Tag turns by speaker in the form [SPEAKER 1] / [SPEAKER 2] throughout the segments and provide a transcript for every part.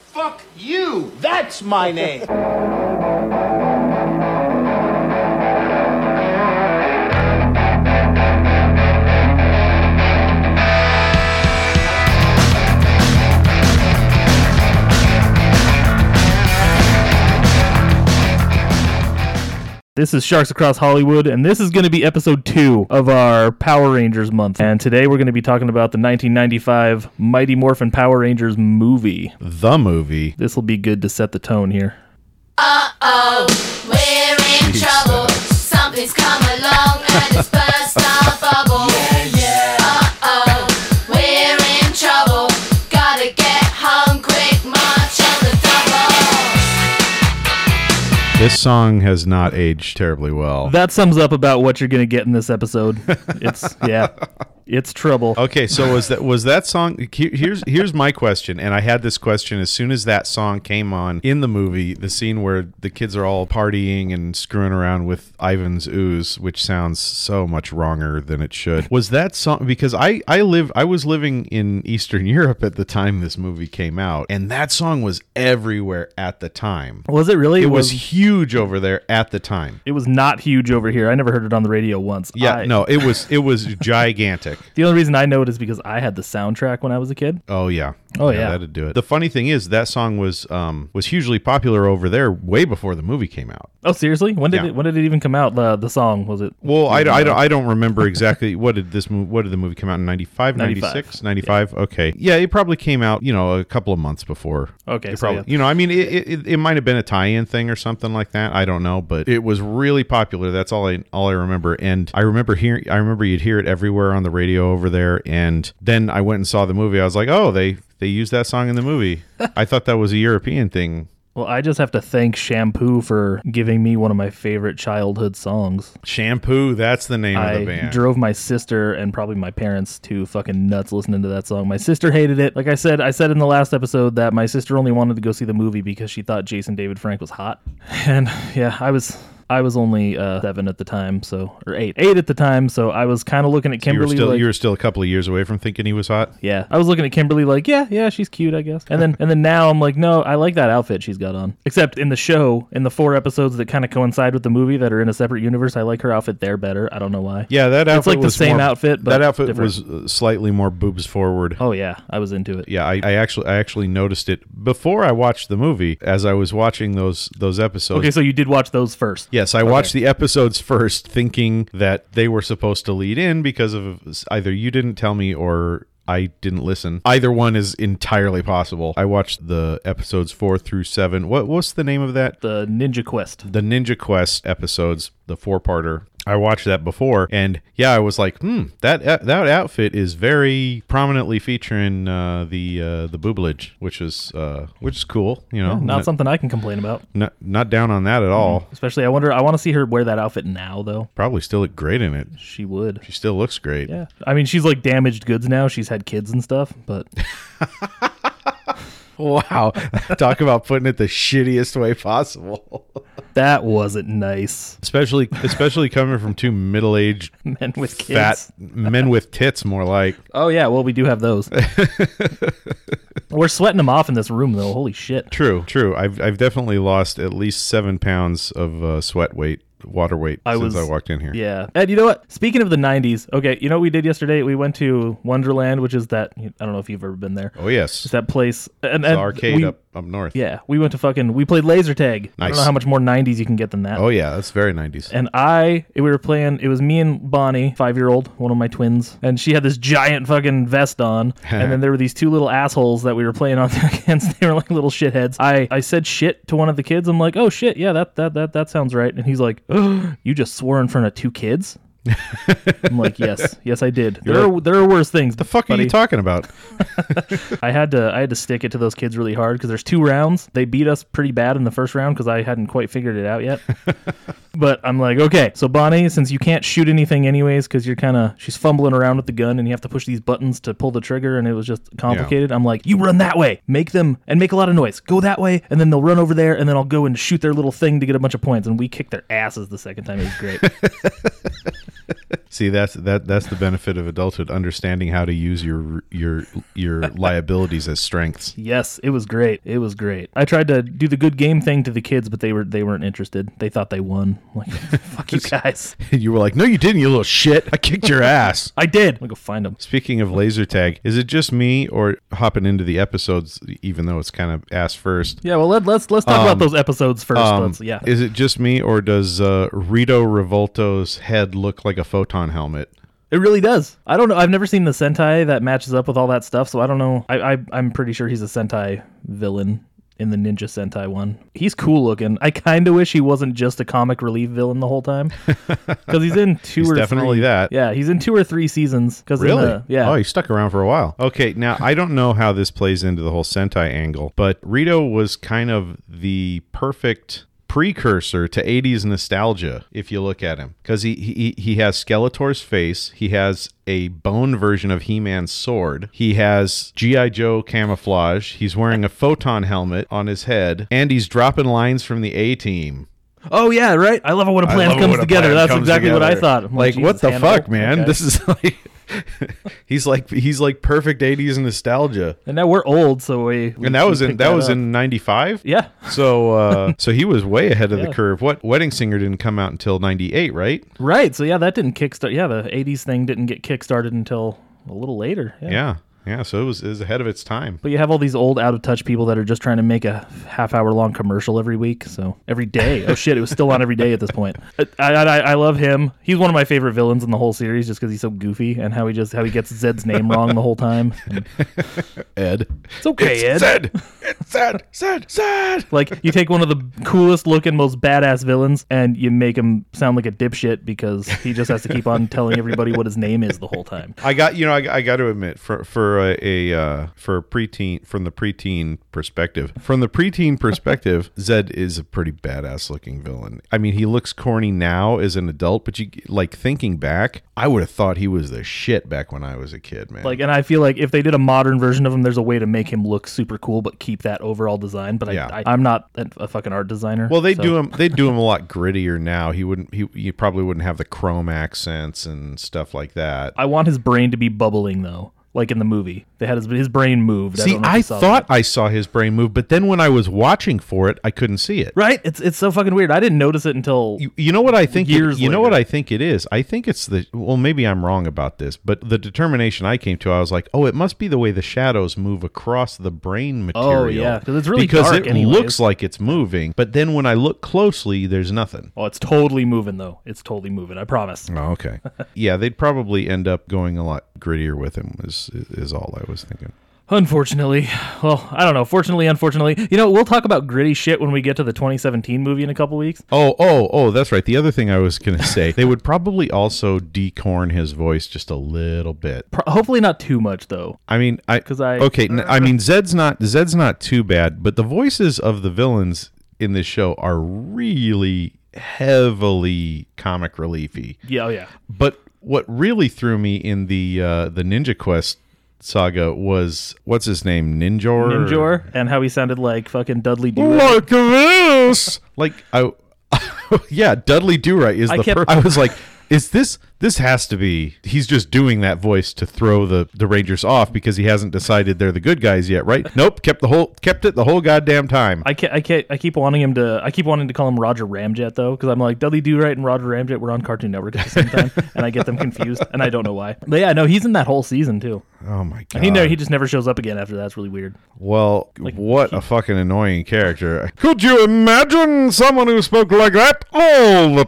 [SPEAKER 1] Fuck you! That's my name!
[SPEAKER 2] This is Sharks Across Hollywood, and this is going to be episode two of our Power Rangers month. And today we're going to be talking about the 1995 Mighty Morphin Power Rangers movie.
[SPEAKER 3] The movie.
[SPEAKER 2] This will be good to set the tone here.
[SPEAKER 4] We're in trouble. Something's come along and it's burst our bubble. Uh-oh, we're in trouble. Gotta get home quick, march on the double.
[SPEAKER 3] This song has not aged terribly well.
[SPEAKER 2] That sums up about what you're going to get in this episode. It's, yeah, it's trouble.
[SPEAKER 3] Okay, so was that was that song? he- Here's here's my question, and I had this question as soon as that song came on in the movie. The scene where the kids are all partying and screwing around with Ivan's ooze, which sounds so much wronger than it should. Was that song because I I live I was living in Eastern Europe at the time this movie came out, and that song was everywhere at the time.
[SPEAKER 2] Was it really?
[SPEAKER 3] Oh, It was huge over there at the time.
[SPEAKER 2] It was not huge over here. I never heard it on the radio once.
[SPEAKER 3] Yeah,
[SPEAKER 2] I-
[SPEAKER 3] no, it was it was gigantic.
[SPEAKER 2] The only reason I know it is because I had the soundtrack when I was a kid.
[SPEAKER 3] Oh yeah.
[SPEAKER 2] Oh, yeah.
[SPEAKER 3] That'd do it. The funny thing is that song was um was hugely popular over there way before the movie came out.
[SPEAKER 2] Oh, seriously? When did
[SPEAKER 3] Yeah.
[SPEAKER 2] it, when did it even come out? The the song was it?
[SPEAKER 3] Well, I, I, don't- I don't remember exactly what did this movie what did the movie come out in 95,
[SPEAKER 2] 95.
[SPEAKER 3] 96, 95? Okay. Yeah, it probably came out, you know, a couple of months before.
[SPEAKER 2] Okay,
[SPEAKER 3] It
[SPEAKER 2] so
[SPEAKER 3] probably,
[SPEAKER 2] yeah.
[SPEAKER 3] you know, I mean, it, it- it, it might have been a tie-in thing or something like that. I don't know, but it was really popular. That's all I all I remember. And I remember hearing, I remember you'd hear it everywhere on the radio over there. And then I went and saw the movie. I was like, oh, they they used that song in the movie. I thought that was a European thing.
[SPEAKER 2] Well, I just have to thank Shampoo for giving me one of my favorite childhood songs.
[SPEAKER 3] Shampoo. That's the name of the
[SPEAKER 2] I
[SPEAKER 3] band.
[SPEAKER 2] drove my sister and probably my parents to fucking nuts listening to that song. My sister hated it. Like I said, I said in the last episode that my sister only wanted to go see the movie because she thought Jason David Frank was hot. And yeah, I was I was only uh, seven at the time, so or eight, eight at the time. So I was kind of looking at
[SPEAKER 3] you were
[SPEAKER 2] Kimberly.
[SPEAKER 3] still
[SPEAKER 2] like,
[SPEAKER 3] you were still a couple of years away from thinking he was hot.
[SPEAKER 2] yeah, I was looking at Kimberly like, yeah, yeah, she's cute, I guess. And then and then now I'm like, no, I like that outfit she's got on. Except in the show, in the four episodes that kind of coincide with the movie that are in a separate universe, I like her outfit there better. I don't know why.
[SPEAKER 3] Yeah, that outfit
[SPEAKER 2] it's like the
[SPEAKER 3] was
[SPEAKER 2] same
[SPEAKER 3] more-
[SPEAKER 2] outfit, but
[SPEAKER 3] that outfit
[SPEAKER 2] different.
[SPEAKER 3] was uh, slightly more boobs forward.
[SPEAKER 2] Oh yeah, I was into it.
[SPEAKER 3] yeah I, I actually i actually noticed it before i watched the movie as i was watching those those episodes
[SPEAKER 2] Okay, so you did watch those first.
[SPEAKER 3] yes i watched the episodes first thinking that they were supposed to lead in because of either you didn't tell me or I didn't listen. Either one is entirely possible. I watched the episodes four through seven. What what's the name of that?
[SPEAKER 2] The Ninja Quest.
[SPEAKER 3] the Ninja Quest episodes, the four parter. I watched that before, and yeah, I was like, hmm, that that outfit is very prominently featuring uh, the uh, the booblage, which is uh, which is cool. You know,
[SPEAKER 2] Not Mm-hmm.
[SPEAKER 3] not,
[SPEAKER 2] something I can complain about.
[SPEAKER 3] not not down on that at all.
[SPEAKER 2] Especially, I wonder. I want to see her wear that outfit now, though.
[SPEAKER 3] Probably still look great in it.
[SPEAKER 2] She would.
[SPEAKER 3] She still looks great.
[SPEAKER 2] Yeah. I mean, she's like damaged goods now. She's had kids and stuff, but
[SPEAKER 3] Wow, talk about putting it the shittiest way possible.
[SPEAKER 2] that wasn't nice.
[SPEAKER 3] Especially especially coming from two middle aged
[SPEAKER 2] Men with kids.
[SPEAKER 3] fat men with tits, more like.
[SPEAKER 2] Oh yeah, well we do have those. We're sweating them off in this room though. Holy shit.
[SPEAKER 3] True, true. I've I've definitely lost at least seven pounds of uh, sweat weight, water weight
[SPEAKER 2] I
[SPEAKER 3] since
[SPEAKER 2] was-
[SPEAKER 3] I walked in here.
[SPEAKER 2] Yeah. And you know what? Speaking of the 90s, okay, you know what we did yesterday? We went to Wonderland, which is that I don't know if you've ever been there.
[SPEAKER 3] Oh yes,
[SPEAKER 2] It's that place and,
[SPEAKER 3] the
[SPEAKER 2] and
[SPEAKER 3] arcade
[SPEAKER 2] we-
[SPEAKER 3] up up north.
[SPEAKER 2] Yeah, we went to fucking we played laser tag. I don't know
[SPEAKER 3] Nice.
[SPEAKER 2] how much more 90s you can get than that.
[SPEAKER 3] Oh yeah, that's very nineties.
[SPEAKER 2] and I we were playing. It was me and Bonnie, five year old, one of my twins, and she had this giant fucking vest on. and then there were these two little assholes that we were playing on against. They were like little shitheads. I I said shit to one of the kids. I'm like, oh shit, yeah, that that that that sounds right. And he's like, "Ugh, you just swore in front of two kids. I'm like, yes, yes, I did. there are there are worse things.
[SPEAKER 3] The fuck are
[SPEAKER 2] buddy.
[SPEAKER 3] you talking about?
[SPEAKER 2] I had to I had to stick it to those kids really hard because there's two rounds. They beat us pretty bad in the first round because I hadn't quite figured it out yet. but I'm like, okay, so Bonnie, since you can't shoot anything anyways because you're kind of she's fumbling around with the gun and you have to push these buttons to pull the trigger and it was just complicated. I'm like, you run that way, make them and make a lot of noise. Go that way and then they'll run over there and then I'll go and shoot their little thing to get a bunch of points and we kicked their asses the second time. It was great.
[SPEAKER 3] See, that's that that's the benefit of adulthood: understanding how to use your your your liabilities as strengths.
[SPEAKER 2] Yes, it was great. It was great. I tried to do the good game thing to the kids, but they were they weren't interested. They thought they won. I'm like, fuck you guys.
[SPEAKER 3] you were like, "No, you didn't, you little shit! I kicked your ass."
[SPEAKER 2] I did. I'm gonna go find them.
[SPEAKER 3] Speaking of laser tag, is it just me or hopping into the episodes, even though it's kind of ass first?
[SPEAKER 2] Yeah, well let, let's let's talk about those episodes first.
[SPEAKER 3] Um,
[SPEAKER 2] let's, yeah,
[SPEAKER 3] Is it just me or does uh, Rito Revolto's head look like a photon helmet?
[SPEAKER 2] it really does. I don't know. I've never seen the Sentai that matches up with all that stuff, so I don't know. I, I I'm pretty sure he's a Sentai villain in the Ninja Sentai one. He's cool looking. I kind of wish he wasn't just a comic relief villain the whole time because he's in two
[SPEAKER 3] He's
[SPEAKER 2] or
[SPEAKER 3] definitely
[SPEAKER 2] three-
[SPEAKER 3] that.
[SPEAKER 2] Yeah, he's in two or three seasons. Because yeah.
[SPEAKER 3] Oh, he stuck around for a while. Okay, now I don't know how this plays into the whole Sentai angle, but Rito was kind of the perfect precursor to 80s nostalgia if you look at him because he, he he has skeletor's face he has a bone version of he-man's sword he has gi joe camouflage he's wearing a photon helmet on his head and he's dropping lines from the a team
[SPEAKER 2] Oh yeah, right. I love it when a
[SPEAKER 3] I
[SPEAKER 2] plan
[SPEAKER 3] love it
[SPEAKER 2] comes
[SPEAKER 3] when a
[SPEAKER 2] together.
[SPEAKER 3] plan
[SPEAKER 2] That's
[SPEAKER 3] comes
[SPEAKER 2] exactly what I
[SPEAKER 3] together.
[SPEAKER 2] thought. I'm
[SPEAKER 3] like, what
[SPEAKER 2] Jesus,
[SPEAKER 3] the
[SPEAKER 2] Hannibal.
[SPEAKER 3] fuck, man?
[SPEAKER 2] Okay.
[SPEAKER 3] This is like he's like he's like perfect '80s nostalgia.
[SPEAKER 2] and now we're old, so we, we
[SPEAKER 3] And that
[SPEAKER 2] we
[SPEAKER 3] was in
[SPEAKER 2] picked
[SPEAKER 3] that, was
[SPEAKER 2] up.
[SPEAKER 3] in '95.
[SPEAKER 2] yeah.
[SPEAKER 3] So uh, so he was way ahead of
[SPEAKER 2] Yeah.
[SPEAKER 3] the curve. What Wedding Singer didn't come out until '98, right?
[SPEAKER 2] Right. So yeah, that didn't kickstart. Yeah, the '80s thing didn't get kickstarted until a little later. Yeah.
[SPEAKER 3] Yeah, yeah. So it was, it was ahead of its time.
[SPEAKER 2] But you have all these old, out of touch people that are just trying to make a half hour long commercial every week. So every day. Oh shit, it was still on every day at this point. I, I, I love him. He's one of my favorite villains in the whole series, just because he's so goofy and how he just how he gets Zed's name wrong the whole time. And
[SPEAKER 3] Ed,
[SPEAKER 2] it's okay, Ed.
[SPEAKER 3] it's Ed, it's Ed, Ed, Ed.
[SPEAKER 2] Like you take one of the coolest looking, most badass villains, and you make him sound like a dipshit because he just has to keep on telling everybody what his name is the whole time.
[SPEAKER 3] I got you know I, I got to admit for for a, a uh, for a preteen from the preteen perspective from the preteen perspective Zed is a pretty badass looking villain. I mean he looks corny now as an adult, but you like thinking back, I would have thought he was the shit back when I was a kid, man.
[SPEAKER 2] Like, and I feel like if they did a modern version of him, there's a way to make him look super cool, but keep that overall design. But
[SPEAKER 3] Yeah.
[SPEAKER 2] I, I, I'm not a, a fucking art designer.
[SPEAKER 3] well, they
[SPEAKER 2] so-
[SPEAKER 3] do him. They do him a lot grittier now. He wouldn't. He, he probably wouldn't have the chrome accents and stuff like that.
[SPEAKER 2] I want his brain to be bubbling though, like in the movie. They had his, his brain moved.
[SPEAKER 3] see,
[SPEAKER 2] don't know if
[SPEAKER 3] I
[SPEAKER 2] you saw
[SPEAKER 3] thought I saw his brain move, but then when I was watching for it, I couldn't see it.
[SPEAKER 2] that. right. It's it's so fucking weird. I didn't notice it until
[SPEAKER 3] You, you know what I think. it-
[SPEAKER 2] Years
[SPEAKER 3] you know what
[SPEAKER 2] later.
[SPEAKER 3] I think it is. I think it's the. Well, maybe I'm wrong about this, but the determination I came to, I was like, oh, it must be the way the shadows move across the brain material.
[SPEAKER 2] Oh, yeah, 'cause it's really
[SPEAKER 3] because
[SPEAKER 2] dark
[SPEAKER 3] it
[SPEAKER 2] anyways.
[SPEAKER 3] looks like it's moving, but then when I look closely, there's nothing.
[SPEAKER 2] oh, it's totally moving though. It's totally moving. I promise.
[SPEAKER 3] Oh, okay. yeah, they'd probably end up going a lot grittier with him. Is is all I was thinking.
[SPEAKER 2] Unfortunately, well, I don't know. Fortunately, unfortunately, you know, we'll talk about gritty shit when we get to the 2017 movie in a couple weeks.
[SPEAKER 3] Oh, oh, oh, that's right. The other thing I was going to say, they would probably also decorn his voice just a little bit.
[SPEAKER 2] Pro- hopefully, not too much though.
[SPEAKER 3] I mean, I
[SPEAKER 2] 'Cause I-
[SPEAKER 3] okay. n- I mean, Zed's not Zed's not too bad, but the voices of the villains in this show are really heavily comic reliefy.
[SPEAKER 2] Yeah, oh yeah.
[SPEAKER 3] But what really threw me in the uh, the Ninja Quest saga was what's his name, Ninjor.
[SPEAKER 2] Ninjor and how he sounded like fucking Dudley Do.
[SPEAKER 3] like this. Like I, yeah, Dudley Do Right is
[SPEAKER 2] I
[SPEAKER 3] the.
[SPEAKER 2] kept-
[SPEAKER 3] per- I was like, is this? This has to be. He's just doing that voice to throw the the Rangers off because he hasn't decided they're the good guys yet, right? Nope, kept the whole kept it the whole goddamn time.
[SPEAKER 2] I can't, I can't, I keep wanting him to, I keep wanting to call him Roger Ramjet though, because I'm like Dudley Do Right and Roger Ramjet were on Cartoon Network at the same time, and I get them confused, and I don't know why. But yeah, no, he's in that whole season too.
[SPEAKER 3] oh my god.
[SPEAKER 2] And he never, he just never shows up again after that. It's really weird.
[SPEAKER 3] well, what a fucking annoying character. Could you imagine someone who spoke like that all the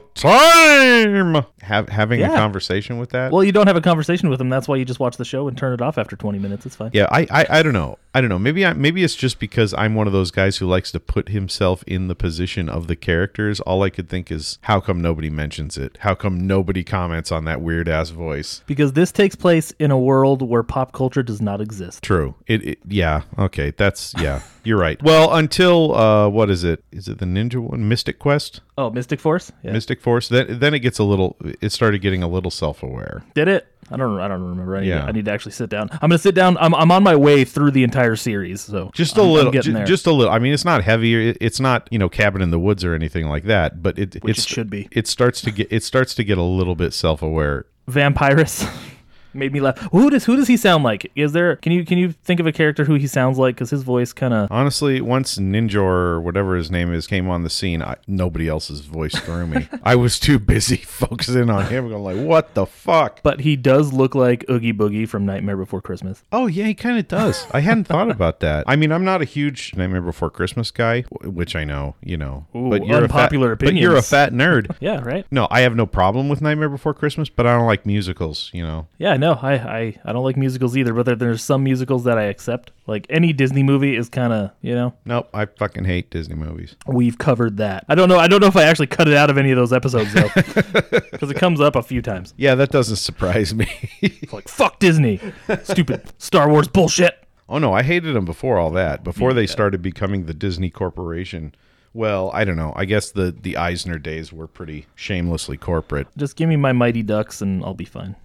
[SPEAKER 3] time? Have, having a
[SPEAKER 2] Yeah.
[SPEAKER 3] conversation with that?
[SPEAKER 2] Well, you don't have a conversation with him. That's why you just watch the show and turn it off after 20 minutes. It's fine.
[SPEAKER 3] Yeah, I, I, I don't know. I don't know. Maybe I maybe it's just because I'm one of those guys who likes to put himself in the position of the characters. All I could think is how come nobody mentions it? How come nobody comments on that weird ass voice?
[SPEAKER 2] Because this takes place in a world where pop culture does not exist.
[SPEAKER 3] True. It, it yeah, okay. That's yeah. You're right. Well, until uh what is it? Is it the ninja one? Mystic Quest?
[SPEAKER 2] Oh, Mystic Force? Yeah.
[SPEAKER 3] Mystic Force? Then then it gets a little it started getting a little self-aware.
[SPEAKER 2] Did it? I don't. I don't remember. I need,
[SPEAKER 3] Yeah.
[SPEAKER 2] I need to actually sit down. I'm gonna sit down. I'm, I'm on my way through the entire series. So
[SPEAKER 3] Just a
[SPEAKER 2] I'm- I'm
[SPEAKER 3] little,
[SPEAKER 2] getting
[SPEAKER 3] ju-
[SPEAKER 2] there.
[SPEAKER 3] just a little. I mean, it's not heavier. It- It's not you know cabin in the woods or anything like that. But it
[SPEAKER 2] Which
[SPEAKER 3] it's-
[SPEAKER 2] it should be.
[SPEAKER 3] It starts to get it starts to get a little bit self aware
[SPEAKER 2] Vampirus. Made me laugh. Who does who does he sound like? Is there can you can you think of a character who he sounds like? Because his voice kind of
[SPEAKER 3] Honestly, once Ninja or whatever his name is came on the scene, I, nobody else's voice threw me. I was too busy focusing on him, going like, "What the fuck?"
[SPEAKER 2] but he does look like Oogie Boogie from Nightmare Before Christmas.
[SPEAKER 3] Oh yeah, he kind of does. I hadn't thought about that. I mean, I'm not a huge Nightmare Before Christmas guy, w- which I know, you know.
[SPEAKER 2] Ooh,
[SPEAKER 3] a fat-
[SPEAKER 2] unpopular
[SPEAKER 3] But you're a
[SPEAKER 2] opinions.
[SPEAKER 3] fat nerd.
[SPEAKER 2] Yeah, right.
[SPEAKER 3] No, I have no problem with Nightmare Before Christmas, but I don't like musicals. You know,
[SPEAKER 2] Yeah, no, I I I don't like musicals either. But there, there's some musicals that I accept. Like any Disney movie is kind of you know
[SPEAKER 3] nope. I fucking hate Disney movies.
[SPEAKER 2] we've covered that. I don't know. I don't know if I actually cut it out of any of those episodes though, because it comes up a few times.
[SPEAKER 3] Yeah, that doesn't surprise me.
[SPEAKER 2] It's like fuck Disney, stupid Star Wars bullshit.
[SPEAKER 3] Oh no, I hated them before all that. Before they started becoming the Disney Corporation. Well, I don't know. I guess the the Eisner days were pretty shamelessly corporate.
[SPEAKER 2] Just give me my Mighty Ducks and I'll be fine.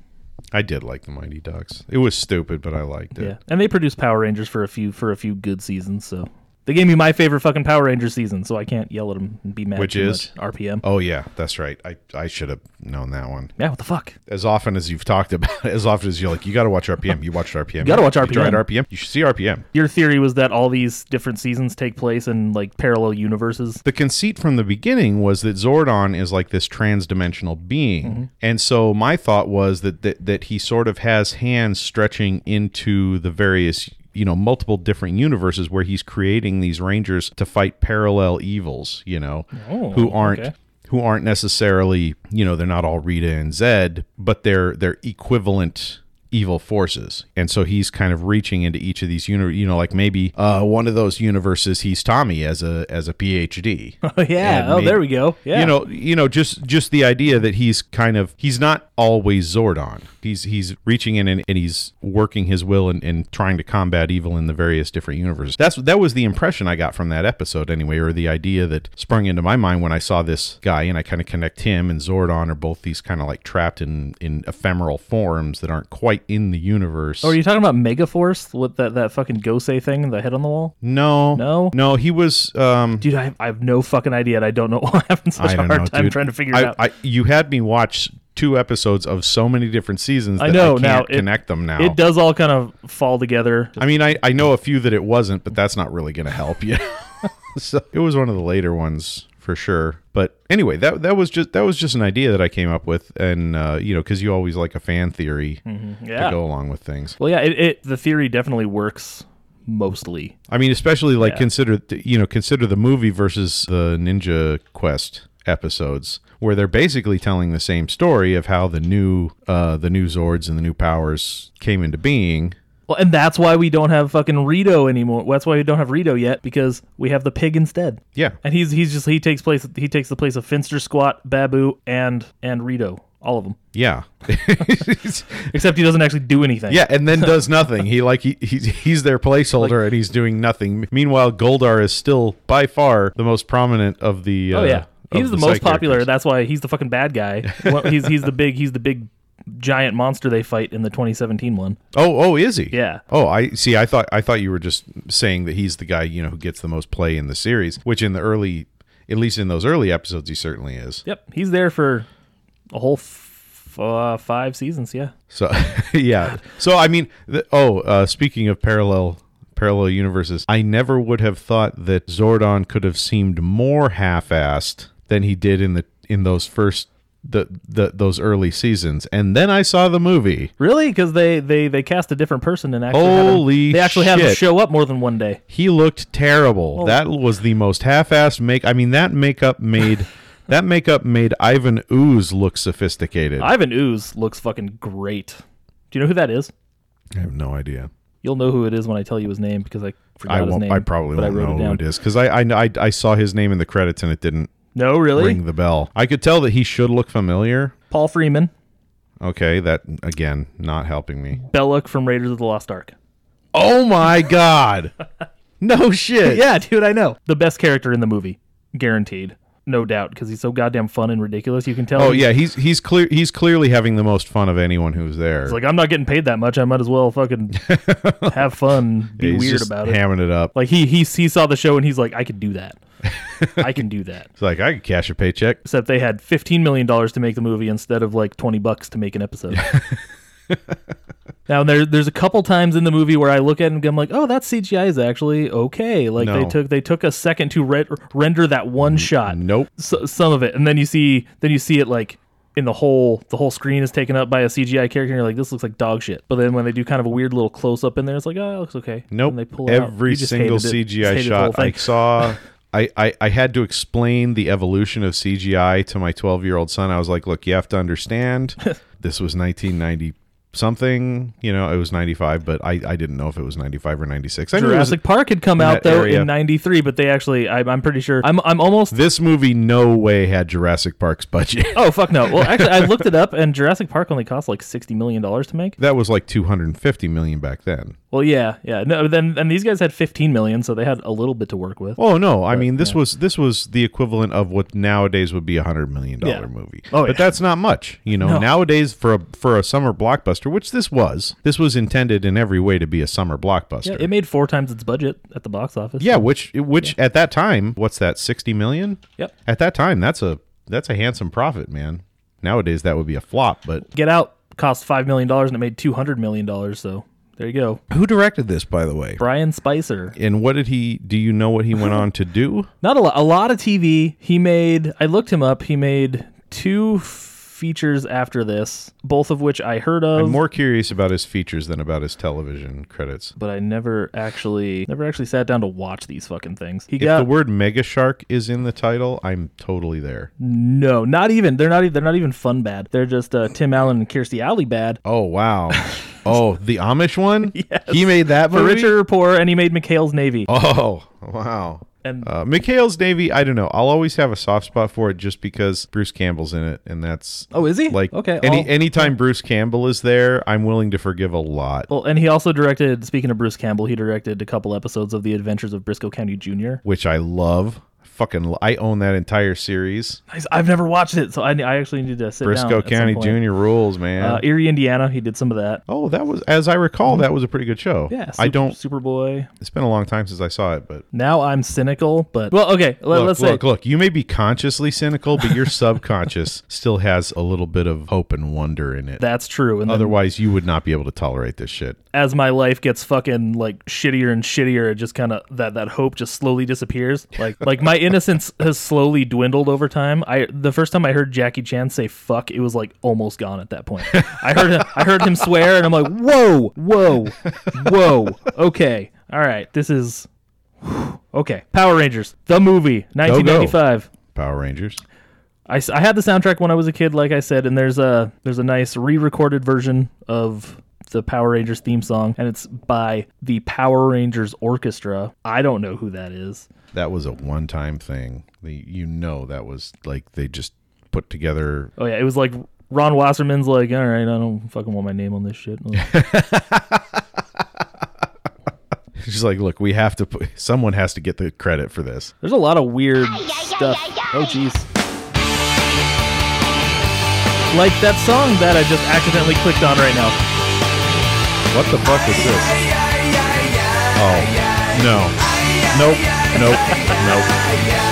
[SPEAKER 3] I did like the Mighty Ducks. It was stupid, but I liked it.
[SPEAKER 2] Yeah, and they produced Power Rangers for a few for a few good seasons. So they gave me my favorite fucking Power Rangers season, so I can't yell at them and be mad.
[SPEAKER 3] Which
[SPEAKER 2] too
[SPEAKER 3] is?
[SPEAKER 2] much. RPM.
[SPEAKER 3] Oh yeah, that's right. I I should have known that one.
[SPEAKER 2] Yeah, what the fuck?
[SPEAKER 3] As often as you've talked about, it, as often as you're like, you got to watch RPM. You watched RPM. You
[SPEAKER 2] gotta watch
[SPEAKER 3] You tried
[SPEAKER 2] RPM.
[SPEAKER 3] RPM. You should see RPM.
[SPEAKER 2] Your theory was that all these different seasons take place in like parallel universes.
[SPEAKER 3] the conceit from the beginning was that Zordon is like this trans-dimensional being,
[SPEAKER 2] Mm-hmm.
[SPEAKER 3] and so my thought was that, that that he sort of has hands stretching into the various you know multiple different universes where he's creating these rangers to fight parallel evils, you know,
[SPEAKER 2] Oh,
[SPEAKER 3] who aren't.
[SPEAKER 2] okay.
[SPEAKER 3] Who aren't necessarily, you know, they're not all Rita and Zed, but they're they're equivalent evil forces. And so he's kind of reaching into each of these universe, you know, like maybe uh, one of those universes he's Tommy as a as a PhD.
[SPEAKER 2] Oh yeah.
[SPEAKER 3] And
[SPEAKER 2] oh,
[SPEAKER 3] maybe-
[SPEAKER 2] there we go. Yeah.
[SPEAKER 3] You know, you know, just just the idea that he's kind of he's not always Zordon. He's he's reaching in and, and he's working his will and, and trying to combat evil in the various different universes. That's that was the impression I got from that episode anyway, or the idea that sprung into my mind when I saw this guy and I kind of connect him and Zordon are both these kind of like trapped in in ephemeral forms that aren't quite in the universe.
[SPEAKER 2] Oh, are you talking about Megaforce? What that that fucking Gosei thing, the head on the wall?
[SPEAKER 3] no.
[SPEAKER 2] No?
[SPEAKER 3] No, he was um
[SPEAKER 2] Dude, I, I have no fucking idea, and I don't know why I'm having such
[SPEAKER 3] I
[SPEAKER 2] a
[SPEAKER 3] don't
[SPEAKER 2] hard
[SPEAKER 3] know,
[SPEAKER 2] time
[SPEAKER 3] dude.
[SPEAKER 2] trying to figure it
[SPEAKER 3] I-
[SPEAKER 2] out.
[SPEAKER 3] I, you had me watch two episodes of so many different seasons. That
[SPEAKER 2] I
[SPEAKER 3] I
[SPEAKER 2] know
[SPEAKER 3] can't
[SPEAKER 2] now. it-
[SPEAKER 3] connect them now.
[SPEAKER 2] It does all kind of fall together.
[SPEAKER 3] I mean, I, I know a few that it wasn't, but that's not really going to help you. so it was one of the later ones for sure. But anyway, that that was just that was just an idea that I came up with, and uh, you know, because you always like a fan theory
[SPEAKER 2] Mm-hmm. Yeah.
[SPEAKER 3] to go along with things.
[SPEAKER 2] Well, yeah, it, it the theory definitely works mostly.
[SPEAKER 3] I mean, especially like consider th- you know consider the movie versus the Ninja Quest episodes, where they're basically telling the same story of how the new uh, the new Zords and the new powers came into being.
[SPEAKER 2] Well, and that's why we don't have fucking Rito anymore. That's why we don't have Rito yet because we have the pig instead.
[SPEAKER 3] Yeah,
[SPEAKER 2] And he's he's just he takes place he takes the place of Finster, Squat, Babu, and and Rito, all of them.
[SPEAKER 3] yeah,
[SPEAKER 2] Except he doesn't actually do anything.
[SPEAKER 3] yeah, and then does nothing. He like he he's, he's their placeholder and he's doing nothing. Meanwhile, Goldar is still by far the most prominent of the. Uh,
[SPEAKER 2] Oh yeah,
[SPEAKER 3] of
[SPEAKER 2] he's the,
[SPEAKER 3] side
[SPEAKER 2] most popular.
[SPEAKER 3] characters.
[SPEAKER 2] That's why he's the fucking bad guy. Well, he's he's the big he's the big giant monster they fight in the 2017 one.
[SPEAKER 3] Oh, oh, is he?
[SPEAKER 2] Yeah.
[SPEAKER 3] Oh, I see. I thought I thought you were just saying that he's the guy you know who gets the most play in the series, which in the early, at least in those early episodes, he certainly is.
[SPEAKER 2] Yep, he's there for a whole f- uh, five seasons. Yeah,
[SPEAKER 3] So yeah. So I mean, the, oh, uh, speaking of parallel parallel universes, I never would have thought that Zordon could have seemed more half-assed than he did in the in those first the, the those early seasons, and then I saw the movie.
[SPEAKER 2] really? Because they they they cast a different person and actually had him-
[SPEAKER 3] Holy
[SPEAKER 2] they actually had him
[SPEAKER 3] shit.
[SPEAKER 2] show up more than one day.
[SPEAKER 3] He looked terrible.
[SPEAKER 2] Oh.
[SPEAKER 3] that was the most half-assed make. I mean, that makeup made that makeup made Ivan Ooze look sophisticated. I,
[SPEAKER 2] Ivan Ooze looks fucking great. Do you know who that is?
[SPEAKER 3] have no idea.
[SPEAKER 2] You'll know who it is when I tell you his name because I forgot
[SPEAKER 3] I
[SPEAKER 2] his
[SPEAKER 3] won't.
[SPEAKER 2] name.
[SPEAKER 3] I probably
[SPEAKER 2] but
[SPEAKER 3] won't
[SPEAKER 2] wrote
[SPEAKER 3] know
[SPEAKER 2] down.
[SPEAKER 3] who it is because I, I kn- I I saw his name in the credits and it didn't
[SPEAKER 2] No, really?
[SPEAKER 3] ring the bell. I could tell that he should look familiar.
[SPEAKER 2] Paul Freeman,
[SPEAKER 3] Okay, that again not helping me.
[SPEAKER 2] Belloc from Raiders of the Lost Ark.
[SPEAKER 3] Oh my god! No shit.
[SPEAKER 2] Yeah, dude, I know. The best character in the movie, guaranteed. no doubt, because he's so goddamn fun and ridiculous. You can tell.
[SPEAKER 3] Oh
[SPEAKER 2] he's-
[SPEAKER 3] yeah, he's he's clear he's clearly having the most fun of anyone who's there.
[SPEAKER 2] It's like I'm not getting paid that much. I might as well fucking have fun, be
[SPEAKER 3] he's
[SPEAKER 2] weird
[SPEAKER 3] just
[SPEAKER 2] about it.
[SPEAKER 3] hamming it up.
[SPEAKER 2] Like he he he saw the show and he's like, I can do that. I can do that.
[SPEAKER 3] it's like I could cash a paycheck.
[SPEAKER 2] Except they had fifteen million dollars to make the movie instead of like twenty bucks to make an episode. now there there's a couple times in the movie where I look at it and I'm like, oh, that CGI is actually okay. Like they
[SPEAKER 3] No.
[SPEAKER 2] took they took a second to re- render that one shot.
[SPEAKER 3] Nope.
[SPEAKER 2] S- some of it, and then you see then you see it like in the whole the whole screen is taken up by a CGI character. and You're like, this looks like dog shit. But then when they do kind of a weird little close up in there, it's like, oh, it looks okay.
[SPEAKER 3] Nope.
[SPEAKER 2] And they pull it out.
[SPEAKER 3] Every
[SPEAKER 2] You just
[SPEAKER 3] single
[SPEAKER 2] hated it. Just
[SPEAKER 3] CGI
[SPEAKER 2] hated the whole
[SPEAKER 3] shot I
[SPEAKER 2] thing.
[SPEAKER 3] saw, I, I, I had to explain the evolution of CGI to my 12 year old son. I was like, look, you have to understand this was 1990 something. You know, it was 95, but I, I didn't know if it was 95 or 96. I knew it was-
[SPEAKER 2] Jurassic Park had come
[SPEAKER 3] in
[SPEAKER 2] out
[SPEAKER 3] that
[SPEAKER 2] though
[SPEAKER 3] area.
[SPEAKER 2] in '93, but they actually, I, I'm pretty sure, I'm, I'm almost.
[SPEAKER 3] this movie, no way, had Jurassic Park's budget.
[SPEAKER 2] Oh fuck no! Well, actually, I looked it up, and Jurassic Park only cost like sixty million dollars to make.
[SPEAKER 3] that was like 250 million back then.
[SPEAKER 2] Well, yeah, yeah. No, then and these guys had fifteen million, so they had a little bit to work with.
[SPEAKER 3] Oh no! I mean, this was this was the equivalent of what nowadays would be a hundred million dollar
[SPEAKER 2] Yeah.
[SPEAKER 3] movie.
[SPEAKER 2] Oh,
[SPEAKER 3] but
[SPEAKER 2] yeah.
[SPEAKER 3] that's not much, you know.
[SPEAKER 2] No.
[SPEAKER 3] Nowadays, for a for a summer blockbuster, which this was, this was intended in every way to be a summer
[SPEAKER 2] Yeah,
[SPEAKER 3] blockbuster. Yeah,
[SPEAKER 2] it made four times its budget at the box office.
[SPEAKER 3] which which at that time, what's that? Sixty million?
[SPEAKER 2] Yep.
[SPEAKER 3] At that time, that's a that's a handsome profit, man. Nowadays, that would be a flop. But
[SPEAKER 2] Get Out cost five million dollars and it made two hundred million dollars. So there you go,
[SPEAKER 3] who directed this, by the way?
[SPEAKER 2] Brian Spicer.
[SPEAKER 3] And what did he? Do you know what he went on to do?
[SPEAKER 2] Not a lot. A lot of TV. He made. I looked him up. He made two features after this, both of which I heard of.
[SPEAKER 3] I'm more curious about his features than about his television credits.
[SPEAKER 2] but I never actually never actually sat down to watch these fucking things. He
[SPEAKER 3] If
[SPEAKER 2] got
[SPEAKER 3] the word mega shark is in the title, I'm totally there.
[SPEAKER 2] no, not even. They're not. e- They're not even fun bad. They're just uh, Tim Allen and Kirstie Alley bad.
[SPEAKER 3] Oh wow. oh, the Amish one? He made that
[SPEAKER 2] For
[SPEAKER 3] movie?
[SPEAKER 2] richer or poorer, and he made McHale's Navy.
[SPEAKER 3] Oh, wow.
[SPEAKER 2] And-
[SPEAKER 3] uh, Mikhail's Navy, I don't know. I'll always have a soft spot for it just because Bruce Campbell's in it, and that's
[SPEAKER 2] Oh, is he?
[SPEAKER 3] like
[SPEAKER 2] Okay,
[SPEAKER 3] Any
[SPEAKER 2] I'll-
[SPEAKER 3] anytime Bruce Campbell is there, I'm willing to forgive a lot.
[SPEAKER 2] Well, and he also directed. Speaking of Bruce Campbell, he directed a couple episodes of The Adventures of Briscoe County Jr.
[SPEAKER 3] Which I love. Fucking, lo- I own that entire series.
[SPEAKER 2] Nice. I've never watched it, so I, I actually need to sit down.
[SPEAKER 3] Briscoe
[SPEAKER 2] at some
[SPEAKER 3] County
[SPEAKER 2] point.
[SPEAKER 3] Junior rules, man.
[SPEAKER 2] Uh, Erie, Indiana. He did some of that.
[SPEAKER 3] oh, that was, as I recall, that was a pretty good show.
[SPEAKER 2] Yeah.
[SPEAKER 3] I
[SPEAKER 2] Sup-
[SPEAKER 3] don't.
[SPEAKER 2] Superboy.
[SPEAKER 3] It's been a long time since I saw it, but
[SPEAKER 2] Now I'm cynical, but well, okay. Let,
[SPEAKER 3] look,
[SPEAKER 2] us say
[SPEAKER 3] look, look, you may be consciously cynical, but your subconscious still has a little bit of hope and wonder in it.
[SPEAKER 2] that's true. And then
[SPEAKER 3] Otherwise, you would not be able to tolerate this shit.
[SPEAKER 2] as my life gets fucking like shittier and shittier, it just kind of that that hope just slowly disappears. Like like my innocence has slowly dwindled over time. I the first time I heard Jackie Chan say fuck, it was like almost gone at that point. I heard I heard him swear, and I'm like, whoa, whoa, whoa. Okay, all right, this is. Okay, Power Rangers, the movie, 1995.
[SPEAKER 3] Power Rangers.
[SPEAKER 2] I, s- I had the soundtrack when I was a kid, like I said, and there's a there's a nice re-recorded version of the Power Rangers theme song, and it's by the Power Rangers Orchestra. I don't know who that is.
[SPEAKER 3] That was a one time thing. The, you know, that was like they just put together.
[SPEAKER 2] Oh yeah, it was like Ron Wasserman's like, all right, I don't fucking want my name on this shit.
[SPEAKER 3] She's like, look, we have to put, someone has to get the credit for this.
[SPEAKER 2] There's a lot of weird stuff. Oh jeez. Like that song that I just accidentally clicked on right now.
[SPEAKER 3] What the fuck is this? Oh, no. Nope. Nope. Nope.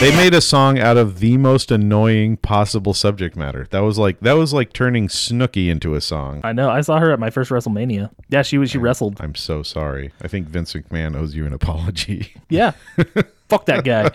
[SPEAKER 3] They made a song out of the most annoying possible subject matter. That was like that was like turning Snooki into a song.
[SPEAKER 2] I know. I saw her at my first WrestleMania. Yeah, she was she wrestled.
[SPEAKER 3] I'm so sorry. I think Vince McMahon owes you an apology.
[SPEAKER 2] Yeah. Fuck that guy.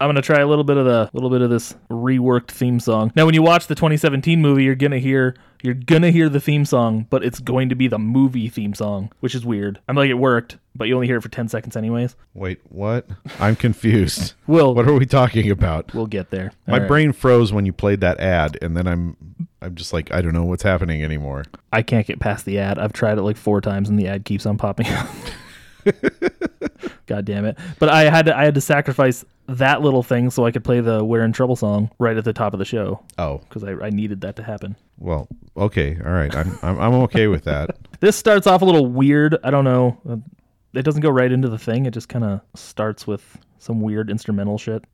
[SPEAKER 2] I'm gonna try a little bit of the little bit of this reworked theme song. Now, when you watch the 2017 movie, you're gonna hear you're gonna hear the theme song, but it's going to be the movie theme song, which is weird. I'm like, it worked, but you only hear it for 10 seconds, anyways.
[SPEAKER 3] Wait, what? I'm confused.
[SPEAKER 2] We'll
[SPEAKER 3] What are we talking about?
[SPEAKER 2] we'll get there.
[SPEAKER 3] My
[SPEAKER 2] All right.
[SPEAKER 3] brain froze when you played that ad and then I'm I'm just like I don't know what's happening anymore.
[SPEAKER 2] I can't get past the ad. I've tried it like four times, and the ad keeps on popping up. God damn it! But I had to I had to sacrifice that little thing so I could play the "We're in Trouble" song right at the top of the show
[SPEAKER 3] Oh,
[SPEAKER 2] because I, I needed that to happen.
[SPEAKER 3] well, okay. All right. I'm I'm, I'm okay with that.
[SPEAKER 2] This starts off a little weird. I don't know. Uh, It doesn't go right into the thing. It just kind of starts with some weird instrumental shit.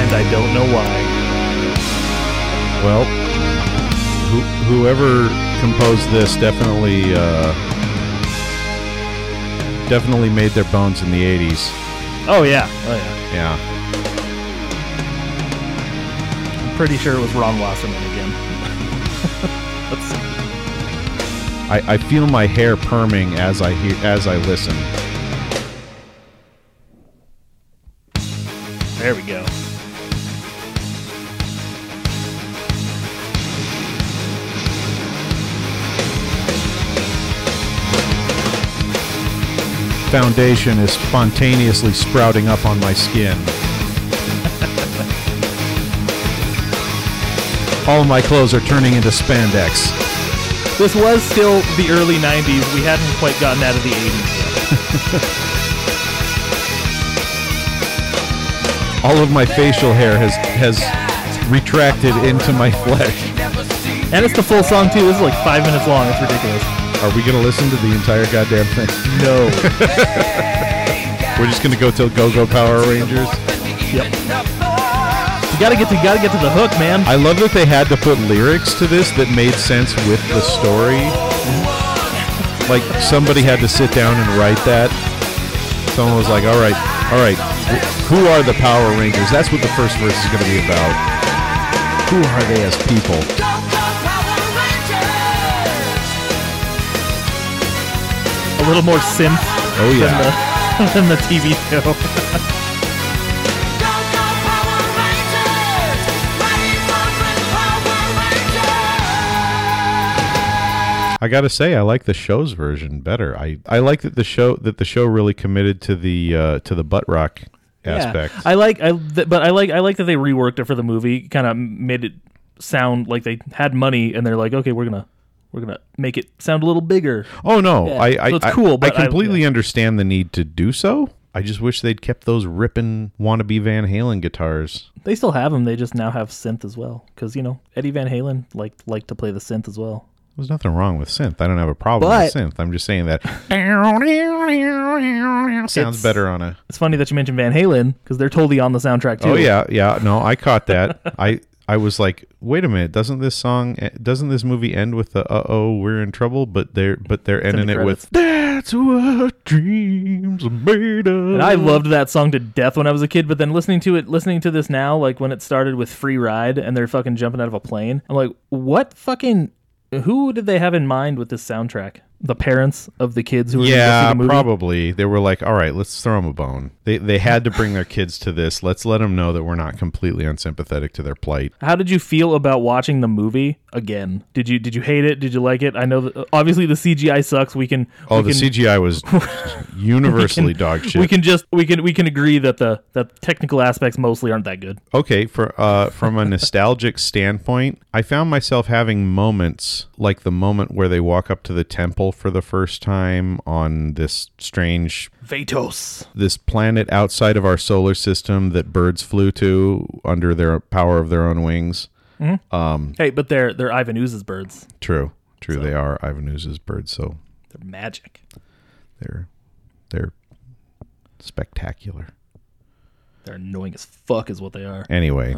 [SPEAKER 2] and I don't know why.
[SPEAKER 3] Well, who, whoever composed this definitely uh, definitely made their bones in the '80s.
[SPEAKER 2] Oh yeah, oh yeah.
[SPEAKER 3] Yeah,
[SPEAKER 2] I'm pretty sure it was Ron Wasserman again. Let's see.
[SPEAKER 3] I, I feel my hair perming as I hear as I listen.
[SPEAKER 2] There we go.
[SPEAKER 3] Foundation is spontaneously sprouting up on my skin. All my clothes are turning into spandex.
[SPEAKER 2] This was still the early 90s. We hadn't quite gotten out of the 80s. yet.
[SPEAKER 3] All of my facial hair has has retracted into my flesh.
[SPEAKER 2] And it's the full song, too. This is like five minutes long. It's ridiculous.
[SPEAKER 3] Are we gonna listen to the entire goddamn thing?
[SPEAKER 2] No.
[SPEAKER 3] We're just gonna go till Go Go Power Rangers.
[SPEAKER 2] yep. You gotta get to, you gotta get to the hook, man.
[SPEAKER 3] I love that they had to put lyrics to this that made sense with the story. Like somebody had to sit down and write that. Someone was like, "All right, all right, wh- who are the Power Rangers?" That's what the first verse is gonna be about. Who are they as people?
[SPEAKER 2] A little more synth
[SPEAKER 3] Oh yeah,
[SPEAKER 2] than, the, than the TV show.
[SPEAKER 3] I gotta say, I like the show's version better. I, I like that the show that the show really committed to the uh, to the butt rock aspect.
[SPEAKER 2] Yeah. I like, I, th- but I like, I like that they reworked it for the movie. Kind of made it sound like they had money, and they're like, okay, we're gonna, we're gonna make it sound a little bigger.
[SPEAKER 3] Oh no,
[SPEAKER 2] Yeah.
[SPEAKER 3] I, I
[SPEAKER 2] So it's
[SPEAKER 3] I-
[SPEAKER 2] cool, but
[SPEAKER 3] I
[SPEAKER 2] I-
[SPEAKER 3] completely
[SPEAKER 2] yeah.
[SPEAKER 3] understand the need to do so. I just wish they'd kept those ripping wannabe Van Halen guitars.
[SPEAKER 2] They still have them. They just now have synth as well, because you know Eddie Van Halen liked liked to play the synth as well.
[SPEAKER 3] There's nothing wrong with synth. I don't have a problem with
[SPEAKER 2] But-
[SPEAKER 3] synth. I'm just saying that sounds
[SPEAKER 2] It's-
[SPEAKER 3] better on a.
[SPEAKER 2] It's funny that you mentioned Van Halen because they're totally on the soundtrack too.
[SPEAKER 3] Oh yeah, yeah. No, I caught that. I I was like, wait a minute. Doesn't this song? eh, Doesn't this movie end with the uh oh we're in trouble? But they're but they're
[SPEAKER 2] in
[SPEAKER 3] ending
[SPEAKER 2] the
[SPEAKER 3] it with that's what dreams are made of.
[SPEAKER 2] And I loved that song to death when I was a kid, but then listening to it, listening to this now, like when it started with Free Ride and they're fucking jumping out of a plane, I'm like, what fucking, who did they have in mind with this soundtrack? The parents of the kids who were gonna go
[SPEAKER 3] Yeah,
[SPEAKER 2] see the movie?
[SPEAKER 3] probably. They were like, "All right, let's throw them a bone." They they had to bring their kids to this. Let's let them know that we're not completely unsympathetic to their plight.
[SPEAKER 2] How did you feel about watching the movie again? Did you did you hate it? Did you like it? I know that obviously the CGI sucks. We can
[SPEAKER 3] Oh,
[SPEAKER 2] we
[SPEAKER 3] the
[SPEAKER 2] can,
[SPEAKER 3] CGI was universally dog shit.
[SPEAKER 2] we can just we can we can agree that the that technical aspects mostly aren't that good.
[SPEAKER 3] okay, for uh, from a nostalgic standpoint, I found myself having moments like the moment where they walk up to the temple for the first time on this strange
[SPEAKER 2] Vatos.
[SPEAKER 3] this planet outside of our solar system that birds flew to under their power of their own wings.
[SPEAKER 2] Hey, but they're they're Ivan Ooze's birds.
[SPEAKER 3] True, true. They are Ivanuz's birds, so
[SPEAKER 2] They're magic.
[SPEAKER 3] they're they're spectacular.
[SPEAKER 2] They're annoying as fuck, is what they are.
[SPEAKER 3] Anyway,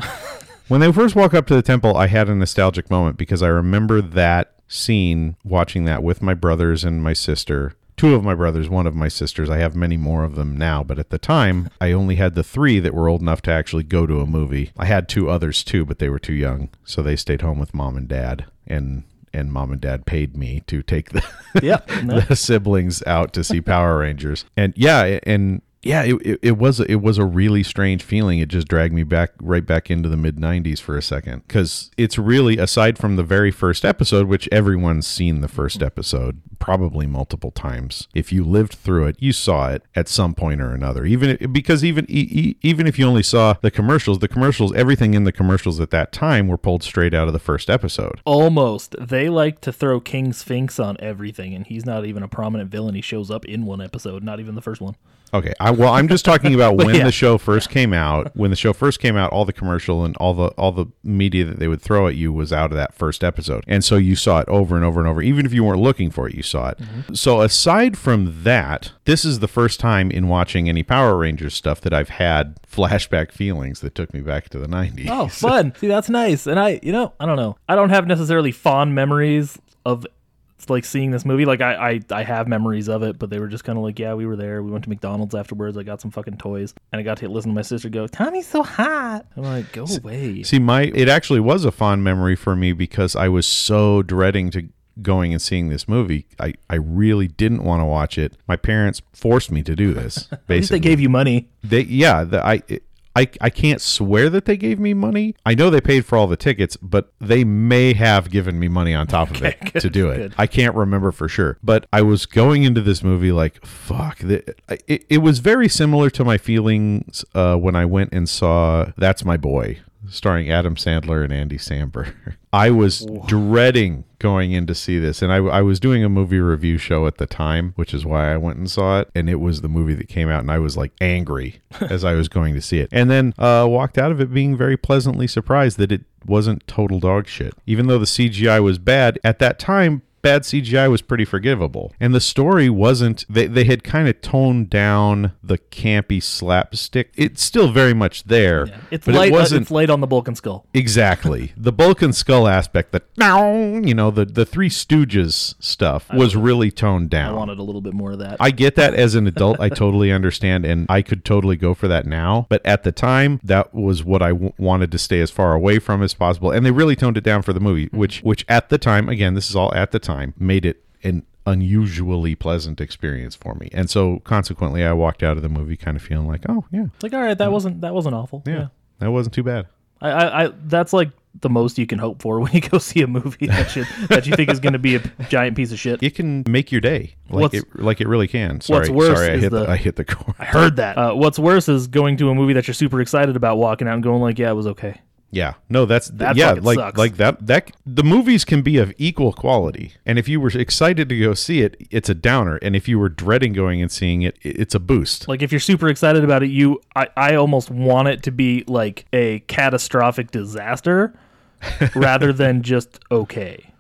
[SPEAKER 3] when they first walk up to the temple, I had a nostalgic moment because I remember that scene watching that with my brothers and my sister. Two of my brothers, one of my sisters. I have many more of them now, but at the time, I only had the three that were old enough to actually go to a movie. I had two others too, but they were too young, so they stayed home with mom and dad, and and mom and dad paid me to take the
[SPEAKER 2] Yep.
[SPEAKER 3] the siblings out to see Power Rangers. And yeah, and yeah, it, it, it was it was a really strange feeling. It just dragged me back right back into the mid '90s for a second because it's really aside from the very first episode, which everyone's seen the first episode probably multiple times. If you lived through it, you saw it at some point or another. Even because even e- e- even if you only saw the commercials, the commercials, everything in the commercials at that time were pulled straight out of the first episode.
[SPEAKER 2] Almost. They like to throw King Sphinx on everything, and he's not even a prominent villain. He shows up in one episode, not even the first one.
[SPEAKER 3] Okay. I, well, I'm just talking about when
[SPEAKER 2] yeah.
[SPEAKER 3] the show first came out. When the show first came out, all the commercial and all the all the media that they would throw at you was out of that first episode, and so you saw it over and over and over. Even if you weren't looking for it, you saw it.
[SPEAKER 2] Mm-hmm.
[SPEAKER 3] So aside from that, this is the first time in watching any Power Rangers stuff that I've had flashback feelings that took me back to the 90s.
[SPEAKER 2] Oh, fun. See, that's nice. And I, you know, I don't know. I don't have necessarily fond memories of like seeing this movie. Like I, I, I have memories of it, but they were just kind of like, yeah, we were there. We went to McDonald's afterwards. I got some fucking toys, and I got to listen to my sister go, "Tommy's so hot." I'm like, go away.
[SPEAKER 3] See, my it actually was a fond memory for me because I was so dreading to going and seeing this movie. I, I really didn't want to watch it. My parents forced me to do this. Basically,
[SPEAKER 2] At least they gave you money.
[SPEAKER 3] They- yeah, the, I. I, I can't swear that they gave me money. I know they paid for all the tickets, but they may have given me money on top of it to do it.
[SPEAKER 2] good.
[SPEAKER 3] I can't remember for sure. But I was going into this movie like, fuck. th- I- It, it was very similar to my feelings uh, when I went and saw That's My Boy, starring Adam Sandler and Andy Samberg. I was dreading going in to see this. And I, I was doing a movie review show at the time, which is why I went and saw it. And it was the movie that came out, and I was like angry as I was going to see it. And then uh, walked out of it being very pleasantly surprised that it wasn't total dog shit. Even though the CGI was bad, at that time, bad CGI was pretty forgivable. And the story wasn't they, they had kind of toned down the campy slapstick. It's still very much there.
[SPEAKER 2] It's
[SPEAKER 3] but
[SPEAKER 2] light. uh,
[SPEAKER 3] it wasn't
[SPEAKER 2] it's light on the bulk and skull.
[SPEAKER 3] Exactly. the Bulk and Skull aspect, the you know, the the Three Stooges stuff was really toned
[SPEAKER 2] I
[SPEAKER 3] down.
[SPEAKER 2] wanted a little bit more of that.
[SPEAKER 3] I get that as an adult. I totally understand, and I could totally go for that now. But at the time, that was what I w- wanted to stay as far away from as possible. And they really toned it down for the movie,
[SPEAKER 2] Mm-hmm.
[SPEAKER 3] which, which at the time, again, this is all at the time, made it an unusually pleasant experience for me. And so, consequently, I walked out of the movie kind of feeling like, oh yeah,
[SPEAKER 2] it's like, all right, that wasn't that wasn't awful.
[SPEAKER 3] yeah,
[SPEAKER 2] Mm. yeah.
[SPEAKER 3] that wasn't too bad.
[SPEAKER 2] I, I, I that's like the most you can hope for when you go see a movie that shit that you think is going to be a giant piece of shit.
[SPEAKER 3] it can make your day like
[SPEAKER 2] What's-
[SPEAKER 3] it, like it really can sorry
[SPEAKER 2] worse
[SPEAKER 3] sorry i
[SPEAKER 2] is
[SPEAKER 3] hit the,
[SPEAKER 2] the-
[SPEAKER 3] i hit the core
[SPEAKER 2] I heard that. Uh, what's worse is going to a movie that you're super excited about, walking out and going like, "Yeah, it was okay."
[SPEAKER 3] yeah no that's
[SPEAKER 2] That
[SPEAKER 3] yeah
[SPEAKER 2] fucking
[SPEAKER 3] like
[SPEAKER 2] sucks.
[SPEAKER 3] like that that the movies can be of equal quality and if you were excited to go see it it's a downer and if you were dreading going and seeing it it- it's a boost
[SPEAKER 2] Like if you're super excited about it, you I, I almost want it to be like a catastrophic disaster rather than just okay.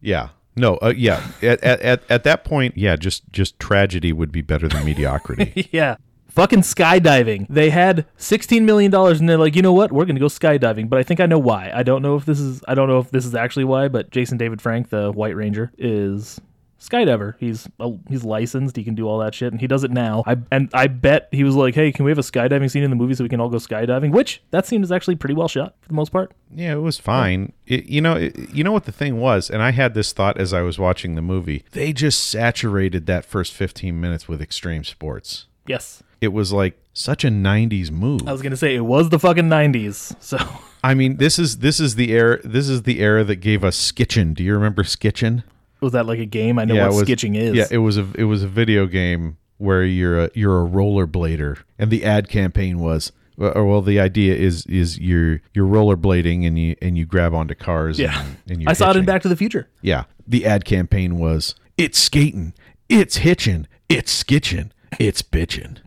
[SPEAKER 3] yeah no uh, yeah at, at, at, at that point yeah just just tragedy would be better than mediocrity
[SPEAKER 2] Yeah. Fucking skydiving. They had sixteen million dollars and they're like, you know what? We're gonna go skydiving. But I think I know why. I don't know if this is I don't know if this is actually why, but Jason David Frank, the White Ranger, is skydiver. He's uh, he's licensed. He can do all that shit, and he does it now. I and I bet he was like, hey, can we have a skydiving scene in the movie so we can all go skydiving? Which that scene is actually pretty well shot for the most part.
[SPEAKER 3] yeah it was fine it, you know it, you know what the thing was and i had this thought as i was watching the movie they just saturated that first 15 minutes with extreme sports
[SPEAKER 2] Yes.
[SPEAKER 3] it was like such a 90s move
[SPEAKER 2] I was gonna say it was the fucking nineties. So
[SPEAKER 3] i mean this is this is the era this is the era that gave us skitchin do you remember skitchin
[SPEAKER 2] was that like a game? I know
[SPEAKER 3] it
[SPEAKER 2] what
[SPEAKER 3] was,
[SPEAKER 2] skitching is.
[SPEAKER 3] yeah it was a it was a video game where you're a you're a rollerblader and the ad campaign was or well the idea is is you're you're rollerblading and you and you grab onto cars
[SPEAKER 2] Yeah.
[SPEAKER 3] and, and you're
[SPEAKER 2] I saw it in
[SPEAKER 3] hitching.
[SPEAKER 2] Back to the Future.
[SPEAKER 3] yeah the ad campaign was it's skating it's hitching it's skitching it's bitching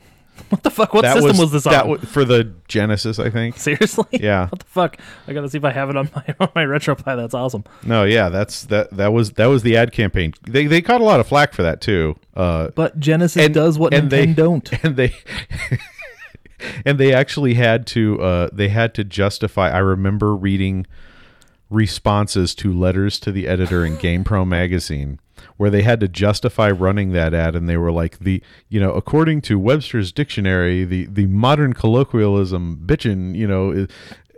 [SPEAKER 2] What the fuck? What system was, this on?
[SPEAKER 3] that was for the genesis i think
[SPEAKER 2] Seriously?
[SPEAKER 3] Yeah.
[SPEAKER 2] What the fuck? I gotta see if I have it on my on my retropie. That's awesome.
[SPEAKER 3] No, yeah, that's that that was that was the ad campaign. They they caught a lot of flack for that too. Uh
[SPEAKER 2] But Genesis does what Nintendo
[SPEAKER 3] they
[SPEAKER 2] don't.
[SPEAKER 3] And they and they actually had to uh they had to justify I remember reading responses to letters to the editor in GamePro magazine where they had to justify running that ad and they were like the you know according to Webster's dictionary the the modern colloquialism bitchin you know is,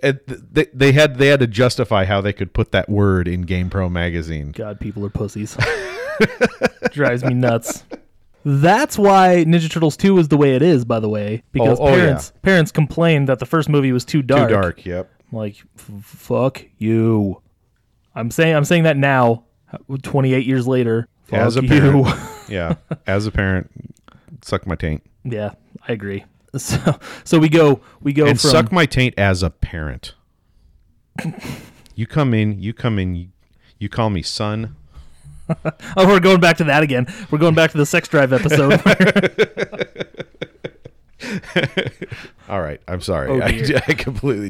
[SPEAKER 3] and th- they, they had they had to justify how they could put that word in GamePro magazine
[SPEAKER 2] God, people are pussies. Drives me nuts. That's why Ninja Turtles 2 is the way it is, by the way, because
[SPEAKER 3] oh, yeah.
[SPEAKER 2] parents parents complained that the first movie was too dark.
[SPEAKER 3] too dark yep
[SPEAKER 2] I'm Like, f- fuck you. I'm saying I'm saying that now, 28 years later. Fuck
[SPEAKER 3] as a
[SPEAKER 2] you.
[SPEAKER 3] parent yeah as a parent suck my taint
[SPEAKER 2] yeah, I agree. So so we go we go
[SPEAKER 3] and
[SPEAKER 2] from
[SPEAKER 3] suck my taint as a parent. you come in, you come in, you, you call me son.
[SPEAKER 2] Oh, we're going back to that again. We're going back to the sex drive episode.
[SPEAKER 3] All right. I'm sorry.
[SPEAKER 2] Oh, dear. Uh-huh.
[SPEAKER 3] I, I completely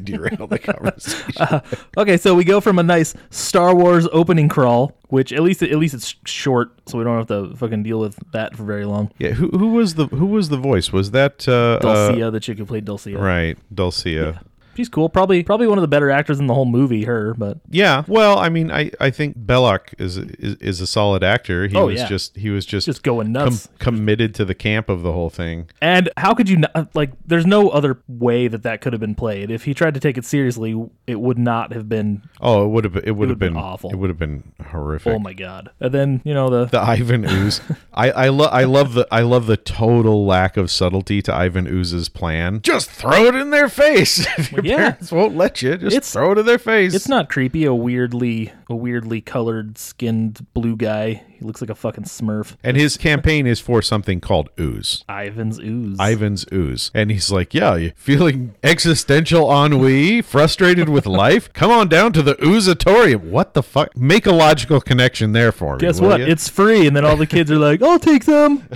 [SPEAKER 3] derailed the conversation.
[SPEAKER 2] Okay, so we go from a nice Star Wars opening crawl, which at least at least it's short, so we don't have to fucking deal with that for very long.
[SPEAKER 3] yeah. Who, who was the Who was the voice? Was that uh,
[SPEAKER 2] Dulcia,
[SPEAKER 3] uh,
[SPEAKER 2] the chick who played Dulcia,
[SPEAKER 3] right? Dulcia.
[SPEAKER 2] she's cool. Probably probably one of the better actors in the whole movie. Her, but
[SPEAKER 3] Yeah. Well, I mean, I, I think Belloc is, is is a solid actor. He
[SPEAKER 2] Oh,
[SPEAKER 3] was
[SPEAKER 2] yeah.
[SPEAKER 3] just he was just
[SPEAKER 2] Just going nuts.
[SPEAKER 3] committed to the camp of the whole thing.
[SPEAKER 2] and how could you not uh, like? There's no other way that that could have been played. If he tried to take it seriously, it would not have been.
[SPEAKER 3] Oh, it would have it would
[SPEAKER 2] would've
[SPEAKER 3] have
[SPEAKER 2] been
[SPEAKER 3] been
[SPEAKER 2] awful.
[SPEAKER 3] It would have been horrific.
[SPEAKER 2] Oh my god! And then you know the
[SPEAKER 3] the Ivan Ooze. I I, lo- I love the I love the total lack of subtlety to Ivan Ooze's plan. Just throw it in their face. if your
[SPEAKER 2] Yeah.
[SPEAKER 3] parents won't let you, just
[SPEAKER 2] It's-
[SPEAKER 3] throw it in their face.
[SPEAKER 2] It's not creepy. A weirdly, a weirdly colored skinned blue guy. He looks like a fucking Smurf.
[SPEAKER 3] and his campaign is for something called Ooze.
[SPEAKER 2] Ivan's ooze.
[SPEAKER 3] Ivan's ooze. And he's like, Yeah, you feeling existential ennui, frustrated with life? Come on down to the oozatorium. What the fuck? Make a logical connection there for me.
[SPEAKER 2] Guess
[SPEAKER 3] will
[SPEAKER 2] what?
[SPEAKER 3] ya?
[SPEAKER 2] It's free. And then all the kids are like, "I'll take them."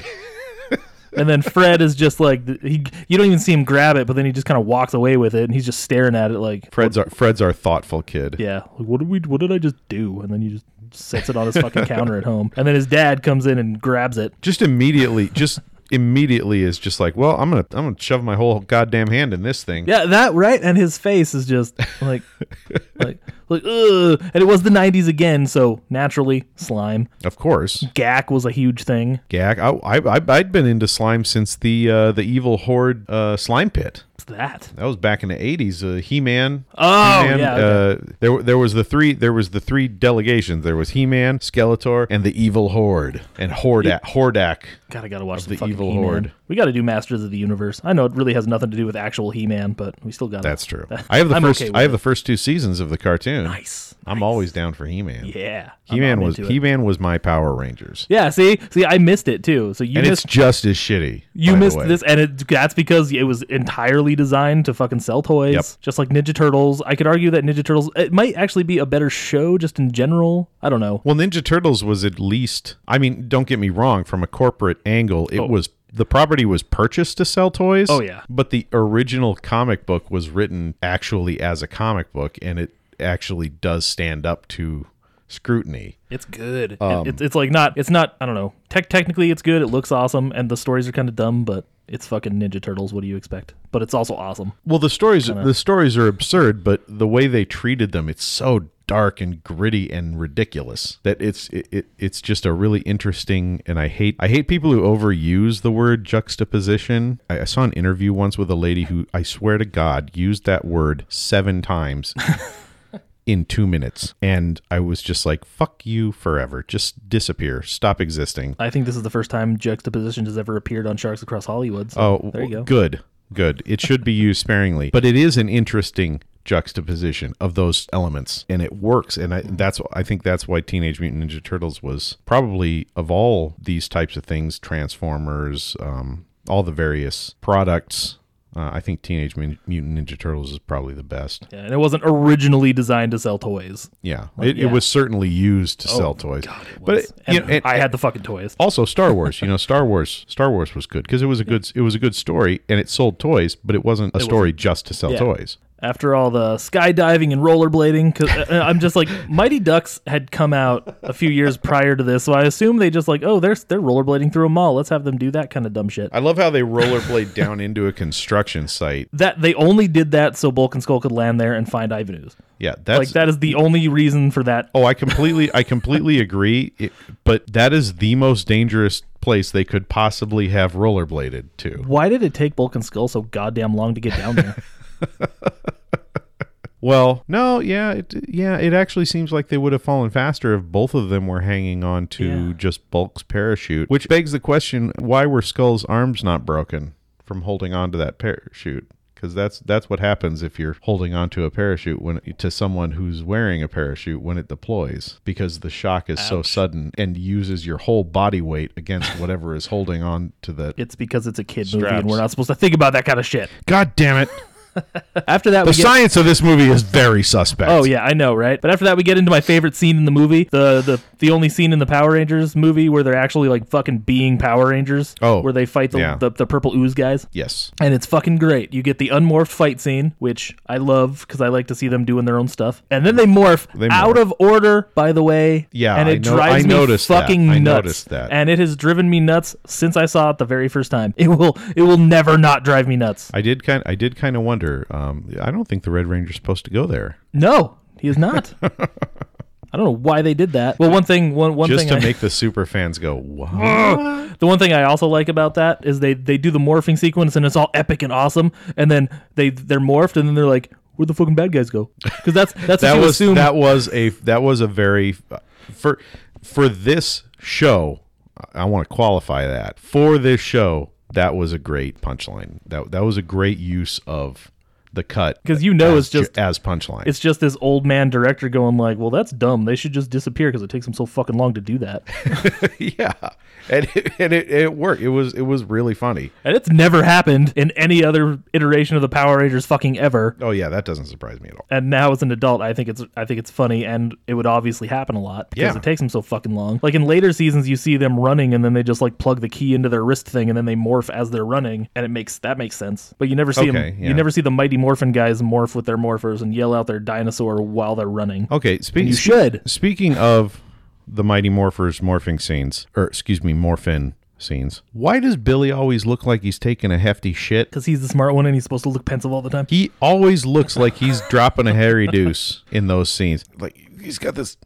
[SPEAKER 2] and then Fred is just like, he. You don't even see him grab it, but then he just kind of walks away with it, and he's just staring at it like,
[SPEAKER 3] Fred's our Fred's our thoughtful kid.
[SPEAKER 2] Yeah. Like, what did we? What did I just do? And then he just sets it on his fucking counter at home. And then his dad comes in and grabs it.
[SPEAKER 3] just immediately just immediately is just like well i'm gonna i'm gonna shove my whole goddamn hand in this thing
[SPEAKER 2] Yeah, that right. And his face is just like, like, like, ugh. And it was the '90s again, so naturally, slime.
[SPEAKER 3] of course
[SPEAKER 2] Gak was a huge thing.
[SPEAKER 3] gag I, I I- i'd been into slime since the uh the evil horde uh slime pit
[SPEAKER 2] What's that?
[SPEAKER 3] that was back in the 80s uh, he-man
[SPEAKER 2] Oh,
[SPEAKER 3] He-Man,
[SPEAKER 2] yeah,
[SPEAKER 3] uh, there were- there was the three there was the three delegations there was he-man skeletor and the evil horde and hordak hordak
[SPEAKER 2] God, I gotta watch the,
[SPEAKER 3] the
[SPEAKER 2] fucking
[SPEAKER 3] evil
[SPEAKER 2] He-Man.
[SPEAKER 3] horde.
[SPEAKER 2] We gotta do Masters of the Universe. I know it really has nothing to do with actual He-Man, but we still got.
[SPEAKER 3] that's true i have the
[SPEAKER 2] I'm
[SPEAKER 3] first
[SPEAKER 2] okay with
[SPEAKER 3] i have
[SPEAKER 2] it.
[SPEAKER 3] the first two seasons of the cartoon
[SPEAKER 2] Nice.
[SPEAKER 3] i'm always down for he-man
[SPEAKER 2] Yeah. I'm-
[SPEAKER 3] he-man
[SPEAKER 2] I'm
[SPEAKER 3] was
[SPEAKER 2] into it.
[SPEAKER 3] he-man was my power rangers
[SPEAKER 2] Yeah. See, see, I missed it too. So you
[SPEAKER 3] and
[SPEAKER 2] missed
[SPEAKER 3] it's just as shitty. by
[SPEAKER 2] You
[SPEAKER 3] the
[SPEAKER 2] missed
[SPEAKER 3] way.
[SPEAKER 2] this, and it, that's because it was entirely designed to fucking sell toys,
[SPEAKER 3] Yep.
[SPEAKER 2] just like Ninja Turtles. I could argue that Ninja Turtles it might actually be a better show, just in general. I don't know.
[SPEAKER 3] Well, Ninja Turtles was at least. I mean, don't get me wrong. From a corporate angle, it was the property was purchased to sell toys.
[SPEAKER 2] Oh, yeah.
[SPEAKER 3] But the original comic book was written actually as a comic book, and it actually does stand up to scrutiny.
[SPEAKER 2] It's good. It-
[SPEAKER 3] Um,
[SPEAKER 2] it's, it's like not. It's not. I don't know. Tech technically, it's good. It looks awesome, and the stories are kind of dumb, but it's fucking Ninja Turtles. What do you expect? But it's also awesome.
[SPEAKER 3] Well, the stories the stories are absurd, but the way they treated them, it's so dark and gritty and ridiculous that it's it, it it's just a really interesting and I hate I hate people who overuse the word juxtaposition. I, I saw an interview once with a lady who I swear to God used that word seven times. In two minutes, and I was just like, "Fuck you forever! Just disappear, stop existing."
[SPEAKER 2] I think this is the first time juxtaposition has ever appeared on Sharks Across Hollywood. So
[SPEAKER 3] Oh,
[SPEAKER 2] there you go.
[SPEAKER 3] Good, good. It should be used sparingly, but it is an interesting juxtaposition of those elements, and it works. And I, that's I think that's why Teenage Mutant Ninja Turtles was probably of all these types of things, Transformers, um, all the various products. Uh, I think Teenage Mun- Mutant Ninja Turtles is probably the best.
[SPEAKER 2] Yeah, and it wasn't originally designed to sell toys.
[SPEAKER 3] Yeah, it, it was certainly used
[SPEAKER 2] Oh,
[SPEAKER 3] to sell toys, but it,
[SPEAKER 2] And
[SPEAKER 3] you know, it-
[SPEAKER 2] I had the fucking toys.
[SPEAKER 3] also Star Wars. You know, Star Wars. Star Wars was good because it was a good it was a good story and it sold toys, but it wasn't a story just to sell
[SPEAKER 2] Yeah.
[SPEAKER 3] toys.
[SPEAKER 2] after all the skydiving and rollerblading because i'm just like mighty ducks had come out a few years prior to this so i assume they just like oh they're, they're rollerblading through a mall let's have them do that kind of dumb shit
[SPEAKER 3] I love how they rollerblade down into a construction site.
[SPEAKER 2] that they only did that so bulk and skull could land there and find ivanus
[SPEAKER 3] Yeah, that's
[SPEAKER 2] like that is the only reason for that
[SPEAKER 3] Oh, I completely I completely agree, it, but that is the most dangerous place they could possibly have rollerbladed to.
[SPEAKER 2] why did it take bulk and skull so goddamn long to get down there
[SPEAKER 3] Well, no, yeah, it, yeah, it actually seems like they would have fallen faster if both of them were hanging on to
[SPEAKER 2] Yeah.
[SPEAKER 3] just Bulk's parachute, which begs the question: Why were Skull's arms not broken from holding on to that parachute? Because that's that's what happens if you're holding onto a parachute when to someone who's wearing a parachute when it deploys, because the shock is so sudden and uses your whole body weight against whatever is holding on to the.
[SPEAKER 2] it's because it's a kid movie
[SPEAKER 3] Straps.
[SPEAKER 2] and we're not supposed to think about that kind of shit
[SPEAKER 3] God damn it!
[SPEAKER 2] After that,
[SPEAKER 3] The
[SPEAKER 2] we get.
[SPEAKER 3] science of this movie is very suspect.
[SPEAKER 2] Oh yeah, I know, right? But after that, we get into my favorite scene in the movie the the the only scene in the Power Rangers movie where they're actually like fucking being Power Rangers.
[SPEAKER 3] Oh,
[SPEAKER 2] where they fight the
[SPEAKER 3] yeah.
[SPEAKER 2] the, the purple ooze guys.
[SPEAKER 3] Yes.
[SPEAKER 2] And it's fucking great. You get the unmorphed fight scene, which I love because I like to see them doing their own stuff. And then they morph,
[SPEAKER 3] They morph.
[SPEAKER 2] out of order, by the way.
[SPEAKER 3] Yeah,
[SPEAKER 2] and
[SPEAKER 3] I
[SPEAKER 2] it
[SPEAKER 3] know-
[SPEAKER 2] drives
[SPEAKER 3] I
[SPEAKER 2] me
[SPEAKER 3] noticed that.
[SPEAKER 2] fucking
[SPEAKER 3] I
[SPEAKER 2] nuts.
[SPEAKER 3] noticed that.
[SPEAKER 2] And it has driven me nuts since I saw it the very first time. It will, it will never not drive me nuts.
[SPEAKER 3] I did kind. I did kind of wonder. Um, I don't think the Red Ranger's supposed to go there.
[SPEAKER 2] No, he is not. I don't know why they did that. Well, one thing, one one
[SPEAKER 3] Just
[SPEAKER 2] thing, I-
[SPEAKER 3] to make the super fans go, wow.
[SPEAKER 2] the one thing I also like about that is they they do the morphing sequence and it's all epic and awesome, and then they they're morphed and then they're like, where'd the fucking bad guys go? Because that's that's
[SPEAKER 3] that
[SPEAKER 2] what you
[SPEAKER 3] was
[SPEAKER 2] assume.
[SPEAKER 3] that was a that was a very for for this show. I- I want to qualify that for this show. That was a great punchline. That that was a great use of the cut
[SPEAKER 2] 'Cause you know
[SPEAKER 3] as
[SPEAKER 2] it's just-
[SPEAKER 3] ju- as punchline.
[SPEAKER 2] it's just this old man director going like, well, that's dumb. They should just disappear because it takes them so fucking long to do that,
[SPEAKER 3] yeah, and it, and it, it worked. It was it was really funny.
[SPEAKER 2] and it's never happened in any other iteration of the Power Rangers fucking ever.
[SPEAKER 3] Oh yeah, that doesn't surprise me at all.
[SPEAKER 2] and now as an adult i think it's i think it's funny and it would obviously happen a lot because
[SPEAKER 3] Yeah.
[SPEAKER 2] it takes them so fucking long like in later seasons you see them running and then they just like plug the key into their wrist thing and then they morph as they're running and it makes that makes sense but you never see
[SPEAKER 3] Okay,
[SPEAKER 2] them
[SPEAKER 3] yeah.
[SPEAKER 2] you never see the mighty morphin guys morph with their morphers and yell out their dinosaur while they're running
[SPEAKER 3] Okay, speaking
[SPEAKER 2] you should
[SPEAKER 3] Speaking of the Mighty Morphers morphing scenes, or excuse me, morphin scenes. Why does Billy always look like he's taking a hefty shit?
[SPEAKER 2] because he's the smart one and he's supposed to look pensive all the time
[SPEAKER 3] He always looks like he's dropping a hairy deuce in those scenes. Like he's got this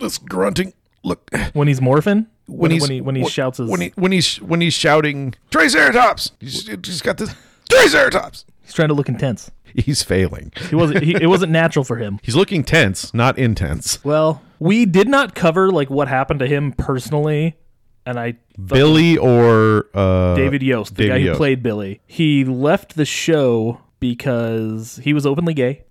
[SPEAKER 3] this grunting look when,
[SPEAKER 2] when he's morphing when,
[SPEAKER 3] he's
[SPEAKER 2] when he when he shouts his,
[SPEAKER 3] when he when he's when he's shouting Triceratops. He's just got this Triceratops.
[SPEAKER 2] he's trying to look intense
[SPEAKER 3] He's failing.
[SPEAKER 2] he wasn't he, it wasn't natural for him
[SPEAKER 3] He's looking tense, not intense.
[SPEAKER 2] well we did not cover like what happened to him personally and i
[SPEAKER 3] Billy or uh,
[SPEAKER 2] David Yost, the
[SPEAKER 3] David
[SPEAKER 2] guy who
[SPEAKER 3] Yost.
[SPEAKER 2] played Billy, he left the show because he was openly gay.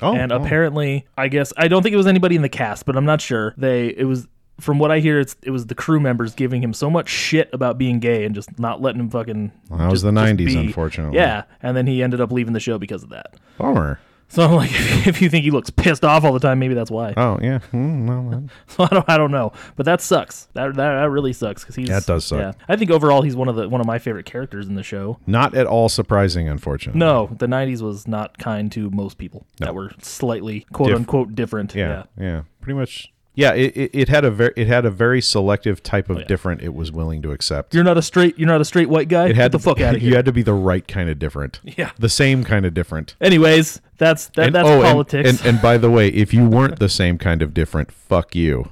[SPEAKER 3] Oh,
[SPEAKER 2] and
[SPEAKER 3] oh.
[SPEAKER 2] apparently, I guess I don't think it was anybody in the cast, but I'm not sure. They it was from what I hear, it's it was the crew members giving him so much shit about being gay and just not letting him fucking.
[SPEAKER 3] Well, that was
[SPEAKER 2] just-
[SPEAKER 3] the
[SPEAKER 2] just
[SPEAKER 3] 90s,
[SPEAKER 2] be.
[SPEAKER 3] unfortunately.
[SPEAKER 2] Yeah, and then he ended up leaving the show because of that.
[SPEAKER 3] Bummer.
[SPEAKER 2] So I'm like, if you think he looks pissed off all the time, maybe that's why.
[SPEAKER 3] Oh yeah. Mm, well, then.
[SPEAKER 2] So I don't, I don't know, but that sucks. That that, that really sucks because he's
[SPEAKER 3] That does suck. Mm-hmm.
[SPEAKER 2] Yeah, I think overall he's one of the one of my favorite characters in the show.
[SPEAKER 3] Not at all surprising, unfortunately.
[SPEAKER 2] No, the '90s was not kind to most people that were slightly "quote
[SPEAKER 3] Dif-
[SPEAKER 2] unquote" different.
[SPEAKER 3] Yeah. Yeah. Pretty much. Yeah. It, it, it had a very it had a very selective type of different it was willing to accept.
[SPEAKER 2] Oh, you're not a straight, you're not a straight white guy.
[SPEAKER 3] it
[SPEAKER 2] Get
[SPEAKER 3] had
[SPEAKER 2] the fuck out of here.
[SPEAKER 3] You had to be the right kind of different.
[SPEAKER 2] Yeah.
[SPEAKER 3] The same kind of different.
[SPEAKER 2] Anyways, that's that,
[SPEAKER 3] And-
[SPEAKER 2] that's
[SPEAKER 3] oh, and-
[SPEAKER 2] politics.
[SPEAKER 3] And, and by the way, if you weren't the same kind of different, fuck you.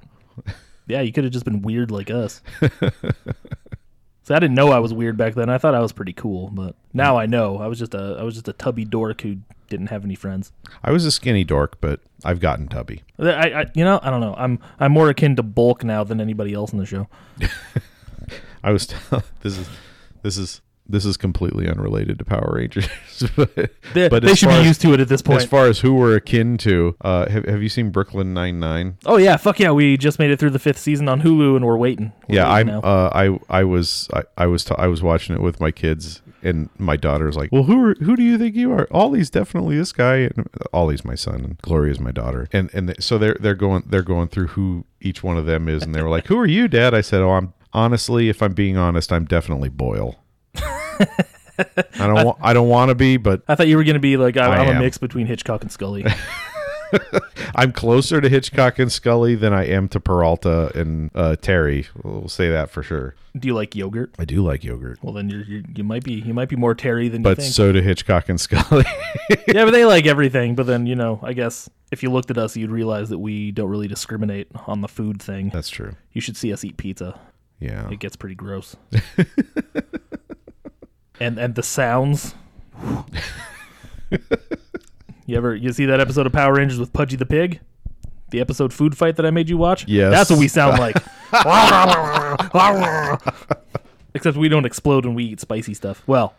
[SPEAKER 2] yeah, you could have just been weird like us. so I didn't know I was weird back then. I thought I was pretty cool, but
[SPEAKER 3] Mm.
[SPEAKER 2] now I know. I was just a I was just a tubby dork who didn't have any friends.
[SPEAKER 3] I was a skinny dork, but I've gotten tubby.
[SPEAKER 2] I, I you know I don't know. I'm I'm more akin to bulk now than anybody else in the show.
[SPEAKER 3] I was this is this is this is completely unrelated to Power Rangers. but
[SPEAKER 2] They,
[SPEAKER 3] but
[SPEAKER 2] they
[SPEAKER 3] as
[SPEAKER 2] should
[SPEAKER 3] far
[SPEAKER 2] be
[SPEAKER 3] as-
[SPEAKER 2] used to it at this point.
[SPEAKER 3] As far as who we're akin to, uh, have, have you seen Brooklyn Nine Nine?
[SPEAKER 2] oh yeah, fuck yeah. We just made it through the fifth season on Hulu, and we're waiting. We're
[SPEAKER 3] Yeah,
[SPEAKER 2] waiting
[SPEAKER 3] I'm.
[SPEAKER 2] now.
[SPEAKER 3] Uh, I I was I, I was t- I was watching it with my kids, and my daughter's like, "Well, who are, who do you think you are?" Ollie's definitely this guy, and Ollie's my son, and Gloria's my daughter, and and th- so they're they're going they're going through who each one of them is, and they were like, "Who are you, Dad?" I said, "Oh, I'm honestly, if I'm being honest, I'm definitely Boyle." I don't want I don't want to be, but
[SPEAKER 2] I thought you were gonna be like I'm,
[SPEAKER 3] I
[SPEAKER 2] I'm a
[SPEAKER 3] am.
[SPEAKER 2] mix between Hitchcock and Scully.
[SPEAKER 3] I'm closer to Hitchcock and Scully than I am to Peralta and uh, Terry. We'll say that for sure.
[SPEAKER 2] Do you like yogurt?
[SPEAKER 3] I do like yogurt,
[SPEAKER 2] Well, then you're, you're you might be you might be more Terry than
[SPEAKER 3] but
[SPEAKER 2] you think.
[SPEAKER 3] so do Hitchcock and Scully.
[SPEAKER 2] yeah, but they like everything. But then you know, I guess if you looked at us, you'd realize that we don't really discriminate on the food thing.
[SPEAKER 3] That's true.
[SPEAKER 2] You should see us eat pizza.
[SPEAKER 3] Yeah.
[SPEAKER 2] It gets pretty gross. and and the sounds. you ever you see that episode of Power Rangers with Pudgy the pig? The episode food fight that I made you watch?
[SPEAKER 3] Yes.
[SPEAKER 2] That's what we sound like. Except we don't explode when we eat spicy stuff. Well,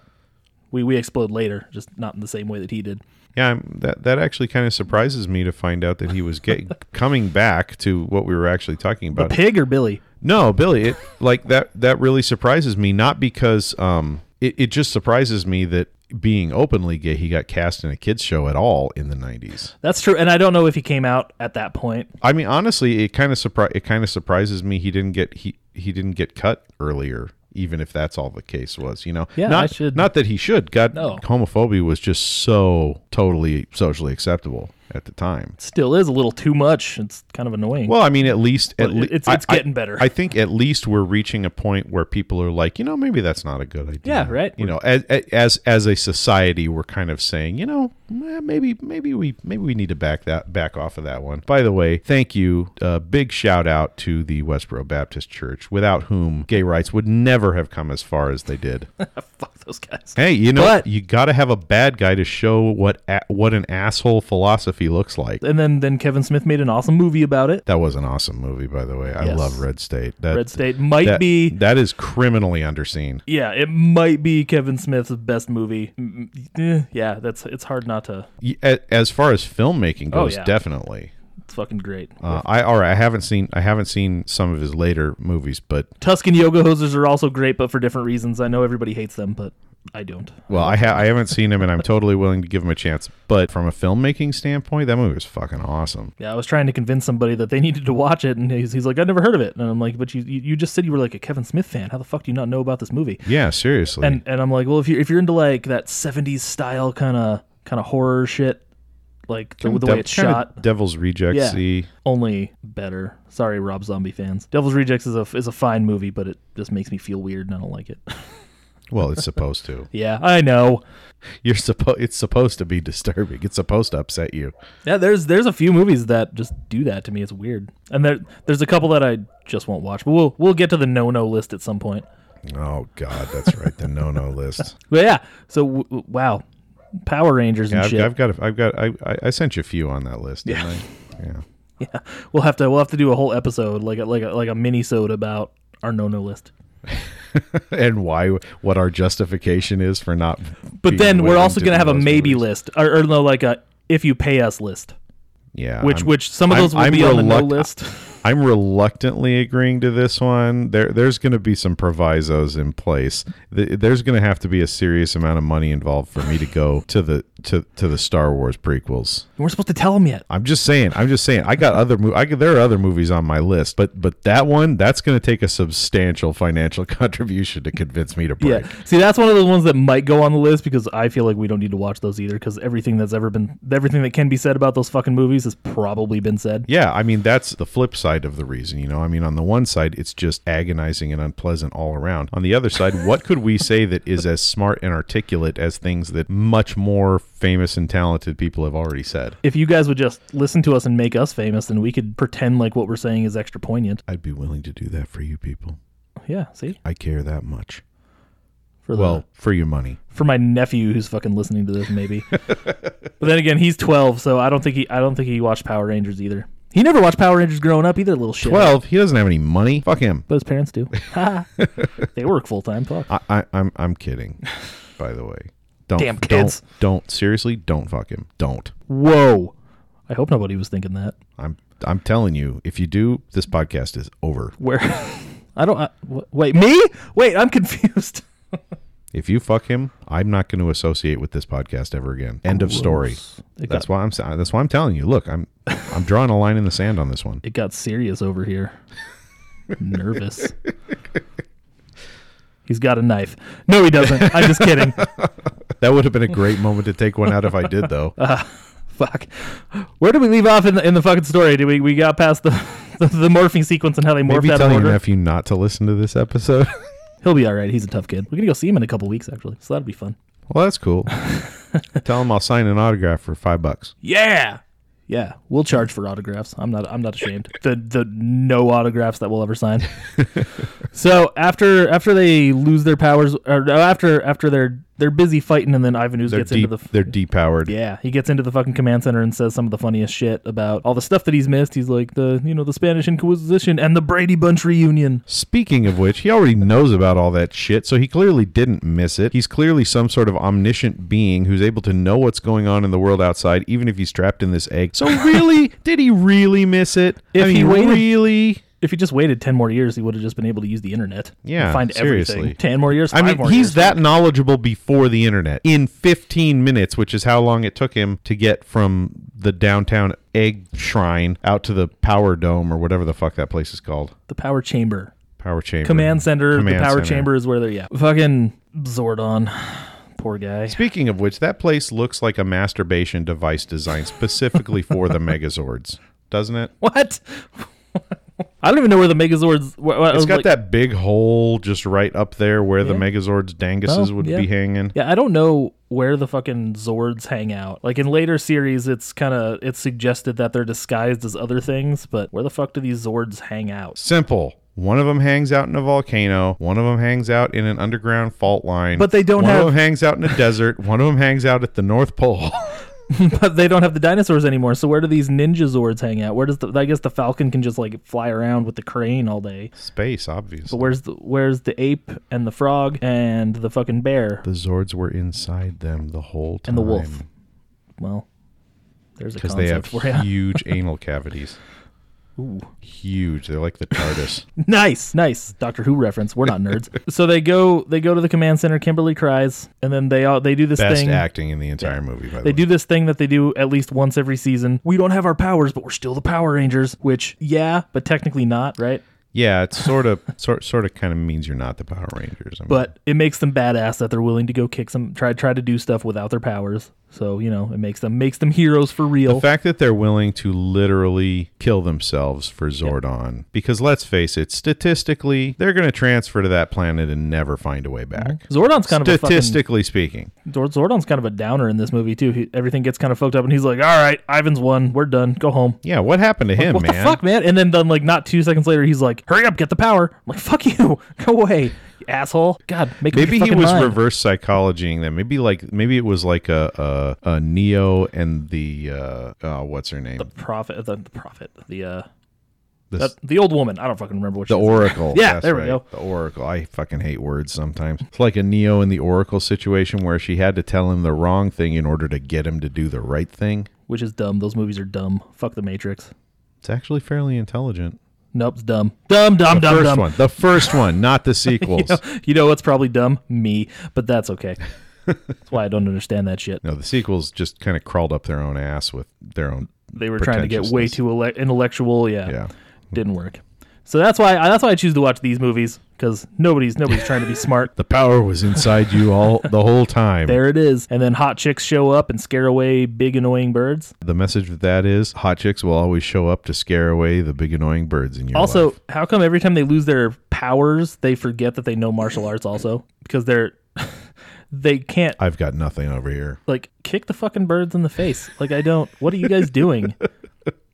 [SPEAKER 2] we, we explode later, just not in the same way that he did.
[SPEAKER 3] Yeah, I'm, that that actually kind of surprises me to find out that he was gay. coming back to what we were actually talking about.
[SPEAKER 2] Pig or Billy?
[SPEAKER 3] No, Billy, it like that that really surprises me not because um it, it just surprises me that being openly gay, he got cast in a kids show at all in the 90s.
[SPEAKER 2] That's true. And I don't know if he came out at that point.
[SPEAKER 3] I mean, honestly, it kind of surpri- it kind of surprises me he didn't get he he didn't get cut earlier, even if that's all the case was. You know,
[SPEAKER 2] Yeah,
[SPEAKER 3] not
[SPEAKER 2] I should-
[SPEAKER 3] not that he should. God,
[SPEAKER 2] No.
[SPEAKER 3] homophobia was just so totally socially acceptable at the time.
[SPEAKER 2] Still is a little too much. It's kind of annoying.
[SPEAKER 3] Well, I mean, at least at
[SPEAKER 2] Well,
[SPEAKER 3] lea-
[SPEAKER 2] it's-
[SPEAKER 3] I-
[SPEAKER 2] it's
[SPEAKER 3] I-
[SPEAKER 2] getting better.
[SPEAKER 3] I think at least we're reaching a point where people are like, you know, maybe that's not a good idea.
[SPEAKER 2] Yeah, right.
[SPEAKER 3] You know, as as as a society, we're kind of saying, you know, eh, maybe maybe we maybe we need to back that back off of that one. By the way, thank you. Uh, big shout out to the Westboro Baptist Church, without whom gay rights would never have come as far as they did.
[SPEAKER 2] Fuck those guys.
[SPEAKER 3] hey, you know,
[SPEAKER 2] But-
[SPEAKER 3] you got to have a bad guy to show what a- what an asshole philosophy looks like.
[SPEAKER 2] And then, then Kevin Smith made an awesome movie about it.
[SPEAKER 3] That was an awesome movie, by the way. I
[SPEAKER 2] Yes.
[SPEAKER 3] love Red State. That,
[SPEAKER 2] Red State might
[SPEAKER 3] that-
[SPEAKER 2] be-
[SPEAKER 3] that is criminally underseen.
[SPEAKER 2] Yeah, it might be Kevin Smith's best movie. Mm, eh, Yeah, that's it's hard not to.
[SPEAKER 3] Y- a- As far as filmmaking
[SPEAKER 2] Oh,
[SPEAKER 3] goes,
[SPEAKER 2] yeah.
[SPEAKER 3] definitely.
[SPEAKER 2] It's fucking great.
[SPEAKER 3] Uh, I all right. I haven't seen I haven't seen some of his later movies, but
[SPEAKER 2] Tuscan yoga hosers are also great, but for different reasons. I know everybody hates them, but I don't.
[SPEAKER 3] well, I ha- I haven't seen him, and I'm totally willing to give him a chance. But from a filmmaking standpoint, that movie was fucking awesome.
[SPEAKER 2] Yeah, I was trying to convince somebody that they needed to watch it, and he's, he's like, "I've never heard of it." And I'm like, "But you you you just said you were like a Kevin Smith fan. How the fuck do you not know about this movie?"
[SPEAKER 3] Yeah, seriously.
[SPEAKER 2] And and I'm like, "Well, if you are if you're into like that '70s style kind of kind of horror shit, like the, the way
[SPEAKER 3] Dev-
[SPEAKER 2] it's
[SPEAKER 3] kinda
[SPEAKER 2] shot,
[SPEAKER 3] Devil's Rejects.
[SPEAKER 2] Yeah. only better." Sorry, Rob Zombie fans. Devil's Rejects is a is a fine movie, but it just makes me feel weird, and I don't like it.
[SPEAKER 3] Well, it's supposed to.
[SPEAKER 2] yeah, I know.
[SPEAKER 3] You're supposed. It's supposed to be disturbing. It's supposed to upset you.
[SPEAKER 2] Yeah, there's there's a few movies that just do that to me. It's weird, and there there's a couple that I just won't watch. But we'll we'll get to the no no list at some point.
[SPEAKER 3] Oh God, that's right. The no no list.
[SPEAKER 2] But yeah, so w- w- wow, Power Rangers and
[SPEAKER 3] Yeah, I've,
[SPEAKER 2] shit.
[SPEAKER 3] I've got, a, I've got, I, I, I sent you a few on that list. Didn't I? Yeah.
[SPEAKER 2] yeah, we'll have to we'll have to do a whole episode like a, like a, like a mini sode about our no no list.
[SPEAKER 3] And why? What our justification is for not.
[SPEAKER 2] But then we're also gonna have a maybe
[SPEAKER 3] list.
[SPEAKER 2] list, or, or no, like a if you pay us list.
[SPEAKER 3] Yeah.
[SPEAKER 2] Which
[SPEAKER 3] I'm-
[SPEAKER 2] which some of
[SPEAKER 3] I'm-
[SPEAKER 2] those will
[SPEAKER 3] I'm
[SPEAKER 2] be on the no
[SPEAKER 3] reluct-
[SPEAKER 2] list.
[SPEAKER 3] I'm reluctantly agreeing to this one. There, there's going to be some provisos in place. Th- There's going to have to be a serious amount of money involved for me to go to the to to the Star Wars prequels.
[SPEAKER 2] we're supposed to tell them yet.
[SPEAKER 3] I'm just saying. I'm just saying. I got other. Mo- I got, there are other movies on my list, but but that one that's going to take a substantial financial contribution to convince me to break.
[SPEAKER 2] Yeah. See, that's one of those ones that might go on the list because I feel like we don't need to watch those either because everything that's ever been, everything that can be said about those fucking movies has probably been said.
[SPEAKER 3] Yeah, I mean that's the flip side of the reason, you know. I mean, on the one side, it's just agonizing and unpleasant all around. On the other side, what could we say that is as smart and articulate as things that much more famous and talented people have already said?
[SPEAKER 2] If you guys would just listen to us and make us famous, then we could pretend like what we're saying is extra poignant.
[SPEAKER 3] I'd be willing to do that for you people.
[SPEAKER 2] Yeah. See,
[SPEAKER 3] I care that much.
[SPEAKER 2] for the,
[SPEAKER 3] Well, for your money.
[SPEAKER 2] for my nephew who's fucking listening to this, maybe. but then again, he's twelve, so I don't think he, I don't think he watched Power Rangers either. He never watched Power Rangers growing up either, little shit.
[SPEAKER 3] Twelve. He doesn't have any money. Fuck him.
[SPEAKER 2] But his parents do. they work full time. Fuck.
[SPEAKER 3] I, I, I'm I'm kidding. By the way, don't
[SPEAKER 2] Damn
[SPEAKER 3] don't-
[SPEAKER 2] kids.
[SPEAKER 3] don't seriously don't fuck him. Don't.
[SPEAKER 2] Whoa. I hope nobody was thinking that.
[SPEAKER 3] I'm I'm telling you, if you do, this podcast is over.
[SPEAKER 2] Where? I don't. I, wh- wait, me? Wait, I'm confused.
[SPEAKER 3] If you fuck him, I'm not going to associate with this podcast ever again. End of story.
[SPEAKER 2] It
[SPEAKER 3] That's
[SPEAKER 2] got,
[SPEAKER 3] why I'm sa- that's why I'm telling you. Look, I'm I'm drawing a line in the sand on this one.
[SPEAKER 2] it got serious over here. Nervous. He's got a knife. No, he doesn't. I'm just kidding.
[SPEAKER 3] That would have been a great moment to take one out if I did though.
[SPEAKER 2] Uh, Fuck. Where did we leave off in the, in the fucking story? Did we we got past the the, the morphing sequence and how they morphed
[SPEAKER 3] Maybe
[SPEAKER 2] that
[SPEAKER 3] tell your
[SPEAKER 2] order?
[SPEAKER 3] nephew not to listen to this episode.
[SPEAKER 2] He'll be all right. He's a tough kid. We're gonna go see him in a couple weeks actually, so that'll be fun.
[SPEAKER 3] well, that's cool. tell him I'll sign an autograph for 5 bucks.
[SPEAKER 2] Yeah. Yeah, we'll charge for autographs. I'm not. I'm not ashamed. the the no autographs that we'll ever sign. so after after they lose their powers, or no, after after they're they're busy fighting, and then Ivan Ooze
[SPEAKER 3] They're
[SPEAKER 2] gets into
[SPEAKER 3] deep,
[SPEAKER 2] the f-
[SPEAKER 3] they're depowered.
[SPEAKER 2] yeah, he gets into the fucking command center and says some of the funniest shit about all the stuff that he's missed. He's like the you know the Spanish Inquisition and the Brady Bunch reunion.
[SPEAKER 3] Speaking of which, he already knows about all that shit, so he clearly didn't miss it. He's clearly some sort of omniscient being who's able to know what's going on in the world outside, even if he's trapped in this egg. So really, did he really miss it?
[SPEAKER 2] If
[SPEAKER 3] I mean,
[SPEAKER 2] he waited-
[SPEAKER 3] really,
[SPEAKER 2] if he just waited ten more years, he would have just been able to use the internet. and
[SPEAKER 3] Yeah,
[SPEAKER 2] find
[SPEAKER 3] seriously.
[SPEAKER 2] everything. Ten more years.
[SPEAKER 3] I
[SPEAKER 2] five
[SPEAKER 3] mean,
[SPEAKER 2] more
[SPEAKER 3] he's
[SPEAKER 2] years.
[SPEAKER 3] that knowledgeable before the internet in 15 minutes, which is how long it took him to get from the downtown egg shrine out to the power dome or whatever the fuck that place is called.
[SPEAKER 2] the power chamber,
[SPEAKER 3] Power chamber.
[SPEAKER 2] command center.
[SPEAKER 3] Command
[SPEAKER 2] the power
[SPEAKER 3] center.
[SPEAKER 2] chamber is where they're. Yeah, fucking Zordon, poor guy.
[SPEAKER 3] Speaking of which, that place looks like a masturbation device designed specifically for the Megazords, doesn't it?
[SPEAKER 2] What? I don't even know where the Megazords. Wh- wh- I
[SPEAKER 3] It's
[SPEAKER 2] was
[SPEAKER 3] got
[SPEAKER 2] like-
[SPEAKER 3] that big hole just right up there where the
[SPEAKER 2] Yeah.
[SPEAKER 3] Megazords danguses
[SPEAKER 2] Oh,
[SPEAKER 3] would
[SPEAKER 2] yeah.
[SPEAKER 3] be hanging.
[SPEAKER 2] Yeah, I don't know where the fucking Zords hang out. Like in later series, it's kind of it's suggested that they're disguised as other things, but where the fuck do these Zords hang out?
[SPEAKER 3] Simple. One of them hangs out in a volcano. One of them hangs out in an underground fault line.
[SPEAKER 2] But they don't
[SPEAKER 3] one
[SPEAKER 2] have-
[SPEAKER 3] One of them hangs out in a desert. One of them hangs out at the North Pole.
[SPEAKER 2] but they don't have the dinosaurs anymore. So where do these Ninja Zords hang out? Where does the I guess the Falcon can just like fly around with the crane all day.
[SPEAKER 3] Space, obviously.
[SPEAKER 2] But where's the where's the ape and the frog and the fucking bear
[SPEAKER 3] the Zords were inside them the whole time.
[SPEAKER 2] and the wolf? Well, there's a
[SPEAKER 3] Because they have
[SPEAKER 2] concept for you.
[SPEAKER 3] huge anal cavities. Huge. They're like the TARDIS.
[SPEAKER 2] Nice, nice Doctor Who reference. We're not nerds. so they go, they go to the command center. Kimberly cries, and then they all they do this
[SPEAKER 3] Best
[SPEAKER 2] thing.
[SPEAKER 3] acting in the entire movie, by the
[SPEAKER 2] They
[SPEAKER 3] way.
[SPEAKER 2] do this thing that they do at least once every season. We don't have our powers, but we're still the Power Rangers. Which, yeah, but technically not, right?
[SPEAKER 3] Yeah, it's sort of, sort, sort of, kind of means you're not the Power Rangers. I mean,
[SPEAKER 2] But it makes them badass that they're willing to go kick some, try try to do stuff without their powers. So you know, it makes them makes them heroes for
[SPEAKER 3] The
[SPEAKER 2] real.
[SPEAKER 3] fact that they're willing to literally kill themselves for Zordon, because let's face it, statistically, they're going to transfer to that planet and never find a way back.
[SPEAKER 2] Zordon's Mm-hmm. kind of a fucking,
[SPEAKER 3] statistically speaking,
[SPEAKER 2] Zord- Zordon's kind of a downer in this movie too. He, everything gets kind of fucked up, and he's like, "All right, Ivan's won. We're done. Go home."
[SPEAKER 3] yeah. What happened to him,
[SPEAKER 2] what
[SPEAKER 3] man?
[SPEAKER 2] the fuck, man? And then, then, like, not two seconds later, he's like, "Hurry up, get the power!" I'm like, "Fuck you, go away, you asshole!" God, make up your
[SPEAKER 3] Maybe he
[SPEAKER 2] fucking
[SPEAKER 3] was
[SPEAKER 2] mind.
[SPEAKER 3] reverse psychologying them. Maybe like maybe it was like a a, a Neo and the uh, uh what's her name?
[SPEAKER 2] prophet, the, the prophet, the uh,
[SPEAKER 3] The,
[SPEAKER 2] that,
[SPEAKER 3] s-
[SPEAKER 2] the old woman. I don't fucking remember what
[SPEAKER 3] the
[SPEAKER 2] she was.
[SPEAKER 3] Oracle.
[SPEAKER 2] Yeah,
[SPEAKER 3] That's
[SPEAKER 2] there we
[SPEAKER 3] right.
[SPEAKER 2] go.
[SPEAKER 3] The Oracle. I fucking hate words sometimes. It's like a Neo and the Oracle situation where she had to tell him the wrong thing in order to get him to do the right thing.
[SPEAKER 2] which is dumb. Those movies are dumb. Fuck the Matrix.
[SPEAKER 3] It's actually fairly intelligent.
[SPEAKER 2] Nope, it's dumb. Dumb, dumb, dumb,
[SPEAKER 3] first
[SPEAKER 2] dumb.
[SPEAKER 3] one, the first one, not the sequels.
[SPEAKER 2] You know what's probably dumb? Me, but that's okay. that's why I don't understand that shit.
[SPEAKER 3] No, the sequels just kind of crawled up their own ass with their own.
[SPEAKER 2] They were trying to get way
[SPEAKER 3] Pretentiousness.
[SPEAKER 2] too ele- intellectual. Yeah,
[SPEAKER 3] Yeah,
[SPEAKER 2] didn't work. So that's why I, that's why I choose to watch these movies because nobody's nobody's trying to be smart.
[SPEAKER 3] the power was inside you all the whole time.
[SPEAKER 2] There it is. And then hot chicks show up and scare away big annoying birds.
[SPEAKER 3] The message of that is hot chicks will always show up to scare away the big annoying birds in your
[SPEAKER 2] Also,
[SPEAKER 3] life.
[SPEAKER 2] how come every time they lose their powers, they forget that they know martial arts also? Because they're they can't
[SPEAKER 3] I've got nothing over here.
[SPEAKER 2] like kick the fucking birds in the face. Like I don't what are you guys doing?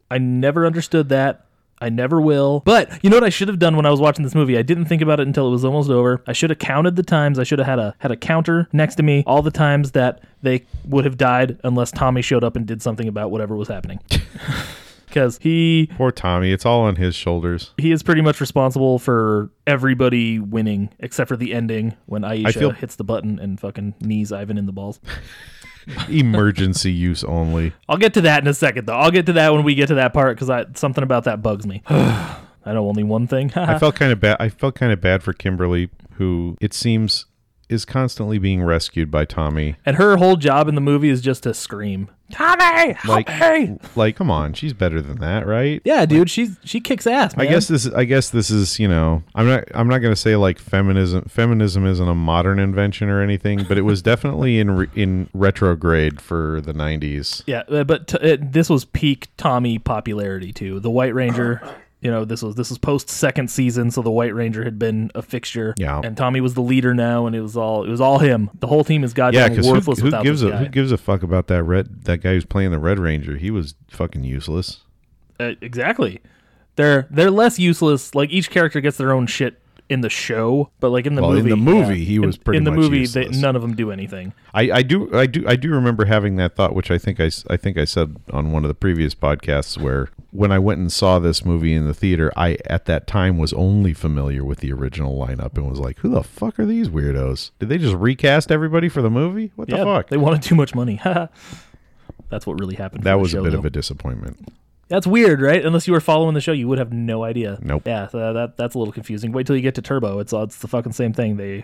[SPEAKER 2] I never understood that. I never will. But you know what I should have done when I was watching this movie? I didn't think about it until it was almost over. I should have counted the times. I should have had a had a counter next to me all the times that they would have died unless Tommy showed up and did something about whatever was happening. Cuz he
[SPEAKER 3] Poor Tommy, it's all on his shoulders.
[SPEAKER 2] he is pretty much responsible for everybody winning except for the ending when Aisha
[SPEAKER 3] feel-
[SPEAKER 2] hits the button and fucking knees Ivan in the balls.
[SPEAKER 3] Emergency use only.
[SPEAKER 2] I'll get to that in a second, though. I'll get to that when we get to that part because I something about that bugs me. I know only one thing.
[SPEAKER 3] I felt kind of bad. I felt kind of bad for Kimberly, who it seems is constantly being rescued by Tommy.
[SPEAKER 2] and her whole job in the movie is just to scream, Tommy, help
[SPEAKER 3] Like-
[SPEAKER 2] me!"
[SPEAKER 3] Like, come on, she's better than that, right?
[SPEAKER 2] Yeah, dude, she's she kicks ass.
[SPEAKER 3] I
[SPEAKER 2] Man.
[SPEAKER 3] guess this. I guess this is. You know, I'm not. I'm not going to say like feminism. Feminism isn't a modern invention or anything, but it was definitely in re, in retrograde for the '90s.
[SPEAKER 2] Yeah, uh, but t- it, this was peak Tommy popularity too. The White Ranger, you know, this was this was post second season, so the White Ranger had been a fixture.
[SPEAKER 3] Yeah.
[SPEAKER 2] and Tommy was the leader now, and it was all it was all him. The whole team is
[SPEAKER 3] Yeah,
[SPEAKER 2] goddamn
[SPEAKER 3] because who,
[SPEAKER 2] worthless
[SPEAKER 3] who
[SPEAKER 2] without
[SPEAKER 3] gives
[SPEAKER 2] this
[SPEAKER 3] a
[SPEAKER 2] guy.
[SPEAKER 3] who gives a fuck about that red that guy who's playing the Red Ranger? He was fucking useless.
[SPEAKER 2] Uh, exactly. They're they're less useless. Like each character gets their own shit in the show, but like in the
[SPEAKER 3] Well, in
[SPEAKER 2] movie,
[SPEAKER 3] the movie, he was
[SPEAKER 2] in,
[SPEAKER 3] pretty
[SPEAKER 2] in the
[SPEAKER 3] much
[SPEAKER 2] movie.
[SPEAKER 3] useless.
[SPEAKER 2] none of them do anything.
[SPEAKER 3] I, I do I do I do remember having that thought, which I think I, s- I think I said on one of the previous podcasts, where when I went and saw this movie in the theater, I at that time was only familiar with the original lineup and was like, "Who the fuck are these weirdos? Did they just recast everybody for the movie? What the
[SPEAKER 2] yeah,
[SPEAKER 3] fuck?"
[SPEAKER 2] they wanted too much money. That's what really happened.
[SPEAKER 3] that
[SPEAKER 2] for the
[SPEAKER 3] was a
[SPEAKER 2] show,
[SPEAKER 3] bit
[SPEAKER 2] though.
[SPEAKER 3] of a disappointment.
[SPEAKER 2] That's weird, right? Unless you were following the show, you would have no idea.
[SPEAKER 3] Nope.
[SPEAKER 2] Yeah, so that that's a little confusing. Wait till you get to Turbo. It's uh, it's the fucking same thing. They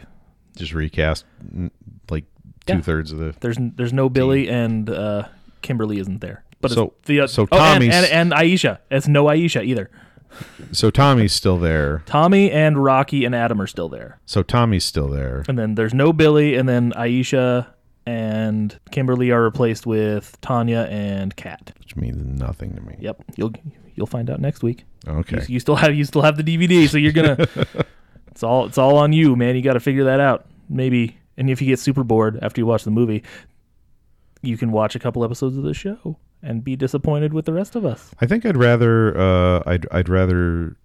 [SPEAKER 3] Just recast mm, like
[SPEAKER 2] Yeah.
[SPEAKER 3] two thirds of the.
[SPEAKER 2] there's n- there's no Billy and uh, Kimberly isn't there. But
[SPEAKER 3] So-
[SPEAKER 2] it's the, uh,
[SPEAKER 3] so
[SPEAKER 2] oh, and,
[SPEAKER 3] Tommy's-
[SPEAKER 2] and, and Aisha. It's no Aisha either.
[SPEAKER 3] So Tommy's still there.
[SPEAKER 2] Tommy and Rocky and Adam are still there.
[SPEAKER 3] So Tommy's still there.
[SPEAKER 2] And then there's no Billy, and then Aisha and Kimberly are replaced with Tanya and Kat.
[SPEAKER 3] which means nothing to me.
[SPEAKER 2] Yep, you'll you'll find out next week.
[SPEAKER 3] Okay.
[SPEAKER 2] You, you still have you still have the DVD, so you're gonna. it's all it's all on you, man. You got to figure that out. Maybe, and if you get super bored after you watch the movie, you can watch a couple episodes of the show and be disappointed with the rest of us.
[SPEAKER 3] I think I'd rather uh, I'd I'd rather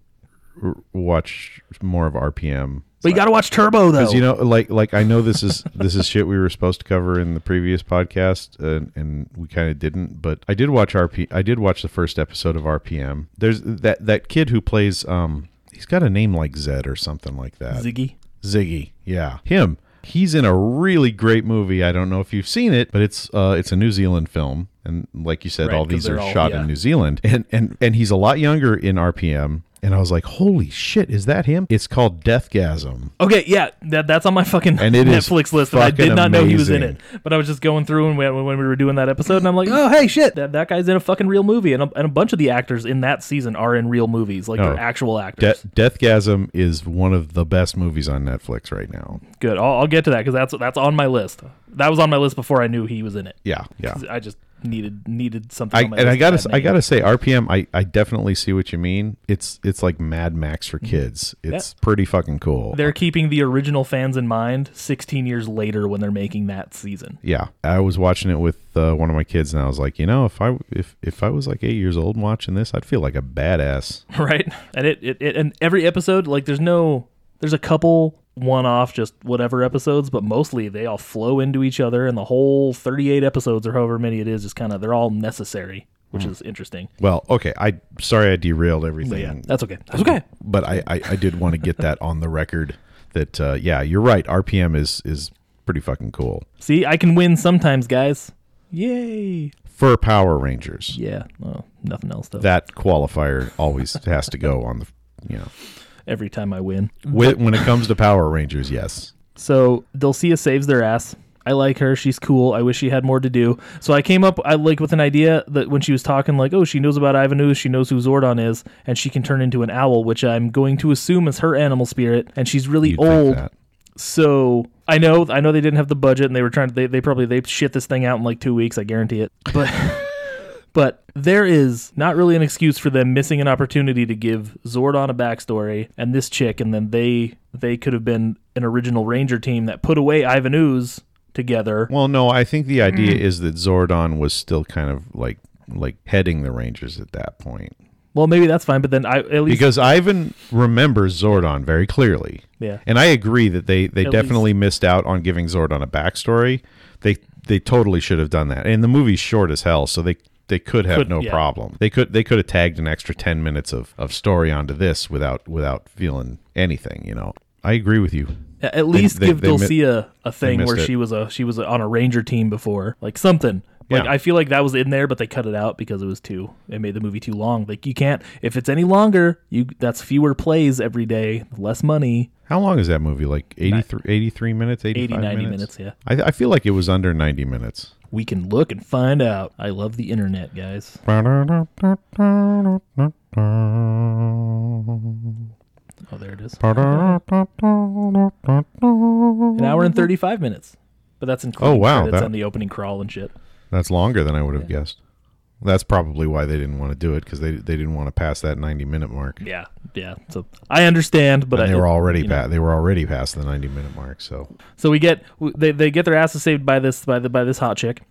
[SPEAKER 3] r- watch more of RPM
[SPEAKER 2] But you got to watch Turbo though.
[SPEAKER 3] because you know like like I know this is this is shit we were supposed to cover in the previous podcast and, and we kind of didn't but I did watch RP I did watch the first episode of RPM. There's that that kid who plays um he's got a name like Zed or something like that.
[SPEAKER 2] Ziggy.
[SPEAKER 3] Ziggy. Yeah, him. He's in a really great movie. I don't know if you've seen it, but it's uh, it's a New Zealand film, and like you said,
[SPEAKER 2] Right,
[SPEAKER 3] all
[SPEAKER 2] 'cause
[SPEAKER 3] these are
[SPEAKER 2] they're all-
[SPEAKER 3] shot
[SPEAKER 2] yeah.
[SPEAKER 3] in New Zealand, and and and he's a lot younger in RPM. And I was like, "Holy shit, is that him?" It's called Deathgasm.
[SPEAKER 2] Okay, yeah, that, that's on my fucking
[SPEAKER 3] And it is
[SPEAKER 2] Netflix list, and I did
[SPEAKER 3] fucking
[SPEAKER 2] not know he was in it.
[SPEAKER 3] amazing.
[SPEAKER 2] But I was just going through and when, when we were doing that episode, and I'm like, oh hey, shit, that, that guy's in a fucking real movie, and a, and a bunch of the actors in that season are in real movies, like
[SPEAKER 3] Oh.
[SPEAKER 2] they're actual actors.
[SPEAKER 3] De- Deathgasm is one of the best movies on Netflix right now.
[SPEAKER 2] Good, I'll, I'll get to that because that's that's on my list. That was on my list before I knew he was in it.
[SPEAKER 3] Yeah, yeah.
[SPEAKER 2] I just needed needed something.
[SPEAKER 3] I,
[SPEAKER 2] on my
[SPEAKER 3] and
[SPEAKER 2] list
[SPEAKER 3] I gotta,
[SPEAKER 2] with
[SPEAKER 3] s-
[SPEAKER 2] that
[SPEAKER 3] I
[SPEAKER 2] name.
[SPEAKER 3] gotta say, RPM. I, I definitely see what you mean. It's it's like Mad Max for kids. It's pretty fucking cool.
[SPEAKER 2] They're keeping the original fans in mind 16 years later when they're making that season.
[SPEAKER 3] Yeah, I was watching it with uh, one of my kids, and I was like, you know, if I if if I was like eight years old and watching this, I'd feel like a badass.
[SPEAKER 2] right and it, it, it and every episode like there's no there's a couple one-off just whatever episodes but mostly they all flow into each other and the whole 38 episodes or however many it is is kind of they're all necessary which is interesting
[SPEAKER 3] Well, okay, I sorry I derailed
[SPEAKER 2] but
[SPEAKER 3] everything,
[SPEAKER 2] yeah that's okay that's okay
[SPEAKER 3] but I, I I did want to get that on the record that uh, yeah, you're right. RPM is is pretty fucking cool
[SPEAKER 2] see i can win sometimes guys yay
[SPEAKER 3] for Power Rangers.
[SPEAKER 2] yeah oh, nothing else though
[SPEAKER 3] That qualifier always has to go on the you know
[SPEAKER 2] every time i win
[SPEAKER 3] when, when it comes to Power Rangers. Yes,
[SPEAKER 2] So Dulcia saves their ass. I like her. She's cool. I wish she had more to do. So I came up, I like with an idea that when she was talking, like, oh, she knows about Ivanus, she knows who Zordon is, and she can turn into an owl, which I'm going to assume is her animal spirit, and she's really
[SPEAKER 3] You'd think
[SPEAKER 2] old.
[SPEAKER 3] that.
[SPEAKER 2] So I know, I know they didn't have the budget, and they were trying. They they probably they shit this thing out in like two weeks. I guarantee it. But but there is not really an excuse for them missing an opportunity to give Zordon a backstory and this chick, and then they they could have been an original Ranger team that put away Ivan Ooze together.
[SPEAKER 3] Well, no, I think the idea
[SPEAKER 2] Mm-hmm.
[SPEAKER 3] is that Zordon was still kind of like like heading the Rangers at that point.
[SPEAKER 2] Well, maybe that's fine, but then I at least
[SPEAKER 3] Because Ivan remembers Zordon very clearly.
[SPEAKER 2] Yeah.
[SPEAKER 3] And I agree that they they
[SPEAKER 2] At
[SPEAKER 3] definitely missed out on giving Zordon a backstory. They they totally should have done that. And the movie's short as hell, so they they could have
[SPEAKER 2] Could-
[SPEAKER 3] no
[SPEAKER 2] yeah.
[SPEAKER 3] problem. They could they could have tagged an extra 10 minutes of of story onto this without without feeling anything, you know. I agree with you.
[SPEAKER 2] at least
[SPEAKER 3] they-
[SPEAKER 2] give
[SPEAKER 3] they mi-
[SPEAKER 2] Dulcia a thing
[SPEAKER 3] missed
[SPEAKER 2] where
[SPEAKER 3] it.
[SPEAKER 2] she was a she was on a Ranger team before, like something. Like
[SPEAKER 3] Yeah.
[SPEAKER 2] I feel like that was in there, but they cut it out because it was too. It made the movie too long. Like you can't if it's any longer, you that's fewer plays every day, less money.
[SPEAKER 3] How long is that movie? Like 83, 83 minutes, 85
[SPEAKER 2] 80, 90
[SPEAKER 3] minutes?
[SPEAKER 2] minutes, yeah.
[SPEAKER 3] I, I feel like it was under 90 minutes.
[SPEAKER 2] We can look and find out. I love the internet, guys. Oh, there it is. An hour and thirty-five minutes, but that's including
[SPEAKER 3] Oh, wow,
[SPEAKER 2] credits
[SPEAKER 3] that-
[SPEAKER 2] and the opening crawl and shit.
[SPEAKER 3] That's longer than I would have guessed. That's probably why they didn't want to do it because they, they didn't want to pass that 90 minute mark.
[SPEAKER 2] Yeah, yeah. So I understand, but
[SPEAKER 3] And
[SPEAKER 2] I,
[SPEAKER 3] they were already
[SPEAKER 2] you know.
[SPEAKER 3] pa- they were already past the 90 minute mark, so
[SPEAKER 2] So we get w- they, they get their asses saved by this by the by this hot chick,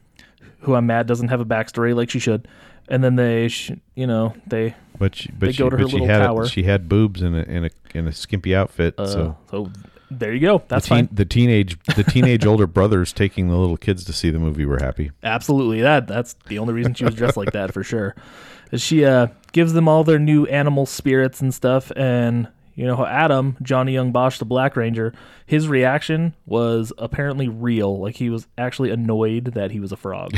[SPEAKER 2] who I'm mad doesn't have a backstory like she should, and then they sh- you know they
[SPEAKER 3] but she, but
[SPEAKER 2] They
[SPEAKER 3] she,
[SPEAKER 2] go to
[SPEAKER 3] but
[SPEAKER 2] her
[SPEAKER 3] she
[SPEAKER 2] little
[SPEAKER 3] had a-
[SPEAKER 2] tower.
[SPEAKER 3] she had boobs in a in a in a skimpy outfit,
[SPEAKER 2] uh, so
[SPEAKER 3] so
[SPEAKER 2] there you go. That's
[SPEAKER 3] teen,
[SPEAKER 2] fine.
[SPEAKER 3] the teenage the teenage older brothers taking the little kids to see the movie were happy.
[SPEAKER 2] Absolutely that that's the only reason she was dressed like that for sure. Is She uh, gives them all their new animal spirits and stuff, and you know Adam Johnny Young Bosch the Black Ranger, his reaction was apparently real. Like he was actually annoyed that he was a frog.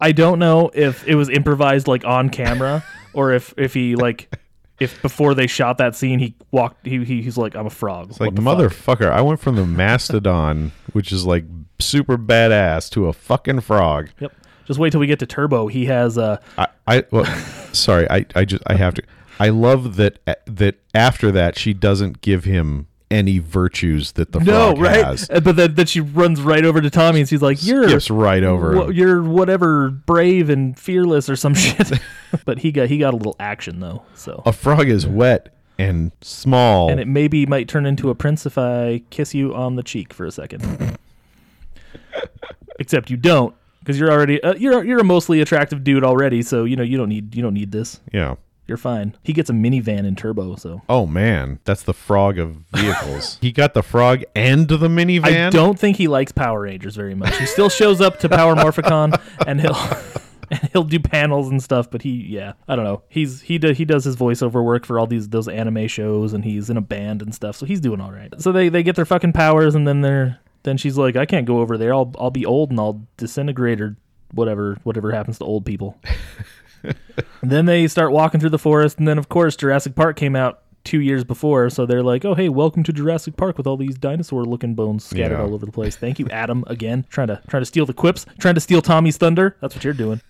[SPEAKER 2] I don't know if it was improvised like on camera or if if he like if before they shot that scene he walked he, he he's like I'm a frog.
[SPEAKER 3] It's like motherfucker, I went from the mastodon, which is like super badass, to a fucking frog.
[SPEAKER 2] Yep. Just wait till we get to Turbo. He has uh
[SPEAKER 3] I, I well, sorry, I, I just I have to. I love that that after that she doesn't give him any virtues that the
[SPEAKER 2] no
[SPEAKER 3] frog
[SPEAKER 2] right,
[SPEAKER 3] has.
[SPEAKER 2] Uh, but then, then she runs right over to Tommy and she's like, "You're
[SPEAKER 3] Skips right over.
[SPEAKER 2] wha-
[SPEAKER 3] him.
[SPEAKER 2] you're whatever brave and fearless or some shit." but he got he got a little action though. So
[SPEAKER 3] a frog is wet and small.
[SPEAKER 2] and it maybe might turn into a prince if I kiss you on the cheek for a second. Except you don't, because you're already uh, you're you're a mostly attractive dude already. So you know you don't need you don't need this.
[SPEAKER 3] yeah.
[SPEAKER 2] You're fine. He gets a minivan in turbo, so
[SPEAKER 3] Oh man, that's the frog of vehicles. he got the frog and the minivan.
[SPEAKER 2] I don't think he likes Power Rangers very much. He still shows up to Power Morphicon, and he'll. And he'll do panels and stuff, but he, yeah, I don't know. He's he do, he does his voiceover work for all these those anime shows, and he's in a band and stuff, so he's doing all right. So they they get their fucking powers, and then they're then she's like, I can't go over there. I'll I'll be old and I'll disintegrate or whatever whatever happens to old people. And then they start walking through the forest, and then of course Jurassic Park came out two years before, so they're like, "Oh hey, welcome to Jurassic Park with all these dinosaur-looking bones scattered
[SPEAKER 3] Yeah.
[SPEAKER 2] all over the place." Thank you, Adam, again, trying to trying to steal the quips, trying to steal Tommy's thunder. That's what you're doing.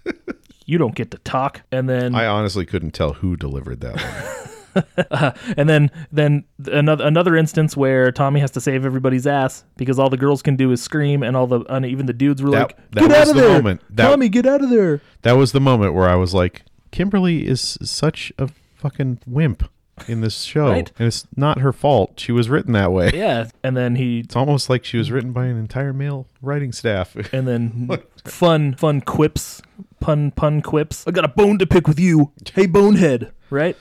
[SPEAKER 2] you don't get to talk. And then
[SPEAKER 3] I honestly couldn't tell who delivered that. One.
[SPEAKER 2] and then then another another instance where Tommy has to save everybody's ass because all the girls can do is scream, and all the and even the dudes were
[SPEAKER 3] That-
[SPEAKER 2] like,
[SPEAKER 3] that
[SPEAKER 2] "Get
[SPEAKER 3] was
[SPEAKER 2] out of
[SPEAKER 3] the
[SPEAKER 2] there,
[SPEAKER 3] moment. That-
[SPEAKER 2] Tommy, get out of there."
[SPEAKER 3] that was the moment where I was like, Kimberly is such a fucking wimp in this show,
[SPEAKER 2] Right?
[SPEAKER 3] and it's not her fault. She was written that way.
[SPEAKER 2] Yeah, and then he
[SPEAKER 3] It's almost like she was written by an entire male writing staff.
[SPEAKER 2] and then fun fun quips pun pun quips i got a bone to pick with you hey bonehead right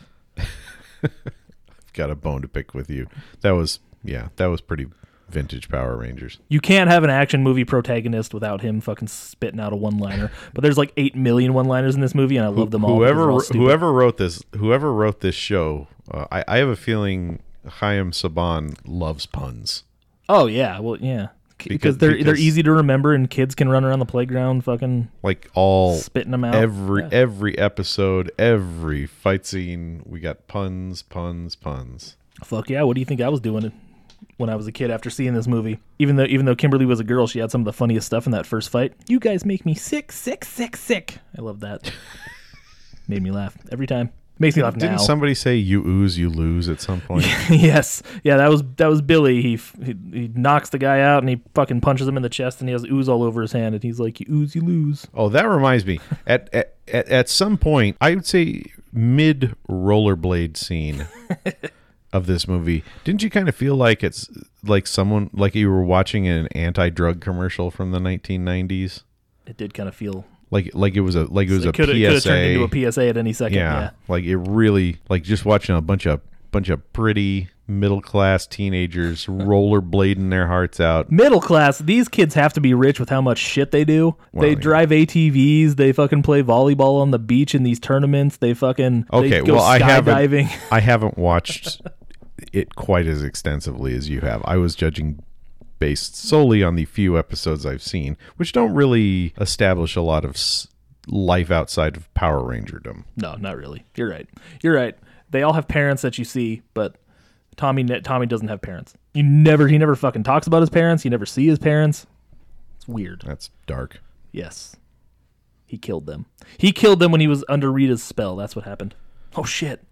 [SPEAKER 3] Got a bone to pick with you. That was yeah, that was pretty vintage Power Rangers.
[SPEAKER 2] you can't have an action movie protagonist without him fucking spitting out a one liner but there's like 8 million one liners in this movie and i love them all because they're
[SPEAKER 3] whoever
[SPEAKER 2] all stupid.
[SPEAKER 3] whoever wrote this whoever wrote this show, uh, I, I have a feeling Chaim Saban loves puns.
[SPEAKER 2] oh yeah well yeah C-
[SPEAKER 3] Because-
[SPEAKER 2] because they're they're
[SPEAKER 3] because-
[SPEAKER 2] easy to remember and kids can run around the playground fucking
[SPEAKER 3] Like all
[SPEAKER 2] Spitting 'em out.
[SPEAKER 3] Every
[SPEAKER 2] Yeah.
[SPEAKER 3] every episode, every fight scene, we got puns, puns, puns.
[SPEAKER 2] fuck yeah what do you think i was doing when i was a kid after seeing this movie even though even though kimberly was a girl she had some of the funniest stuff in that first fight you guys make me sick sick sick sick i love that made me laugh every time makes me laugh
[SPEAKER 3] Didn't
[SPEAKER 2] now
[SPEAKER 3] somebody say you ooze, you lose at some point?
[SPEAKER 2] yes yeah that was that was billy he, f- he he knocks the guy out and he fucking punches him in the chest and he has ooze all over his hand and he's like you ooze you lose
[SPEAKER 3] Oh, that reminds me. At at, at, at some point, I would say mid rollerblade scene of this movie. Didn't you kind of feel like it's like someone like you were watching an anti drug commercial from the 1990s?
[SPEAKER 2] it did kind of feel
[SPEAKER 3] Like like it was a like it was
[SPEAKER 2] it
[SPEAKER 3] a
[SPEAKER 2] could
[SPEAKER 3] PSA.
[SPEAKER 2] have turned into a psa at any second
[SPEAKER 3] yeah,
[SPEAKER 2] yeah.
[SPEAKER 3] like it really like just watching a bunch of bunch of pretty middle class teenagers rollerblading their hearts out.
[SPEAKER 2] middle class these kids have to be rich with how much shit they do they
[SPEAKER 3] yeah.
[SPEAKER 2] drive atvs they fucking play volleyball on the beach in these tournaments they fucking they
[SPEAKER 3] Okay,
[SPEAKER 2] go
[SPEAKER 3] well I
[SPEAKER 2] skydiving
[SPEAKER 3] haven't I haven't watched it quite as extensively as you have. I was judging based solely on the few episodes I've seen, which don't really establish a lot of s- life outside of Power Rangerdom.
[SPEAKER 2] no not really you're right you're right they all have parents that you see but tommy ne- tommy doesn't have parents you never he never fucking talks about his parents you never see his parents it's weird
[SPEAKER 3] That's dark.
[SPEAKER 2] yes he killed them he killed them when he was under rita's spell that's what happened oh shit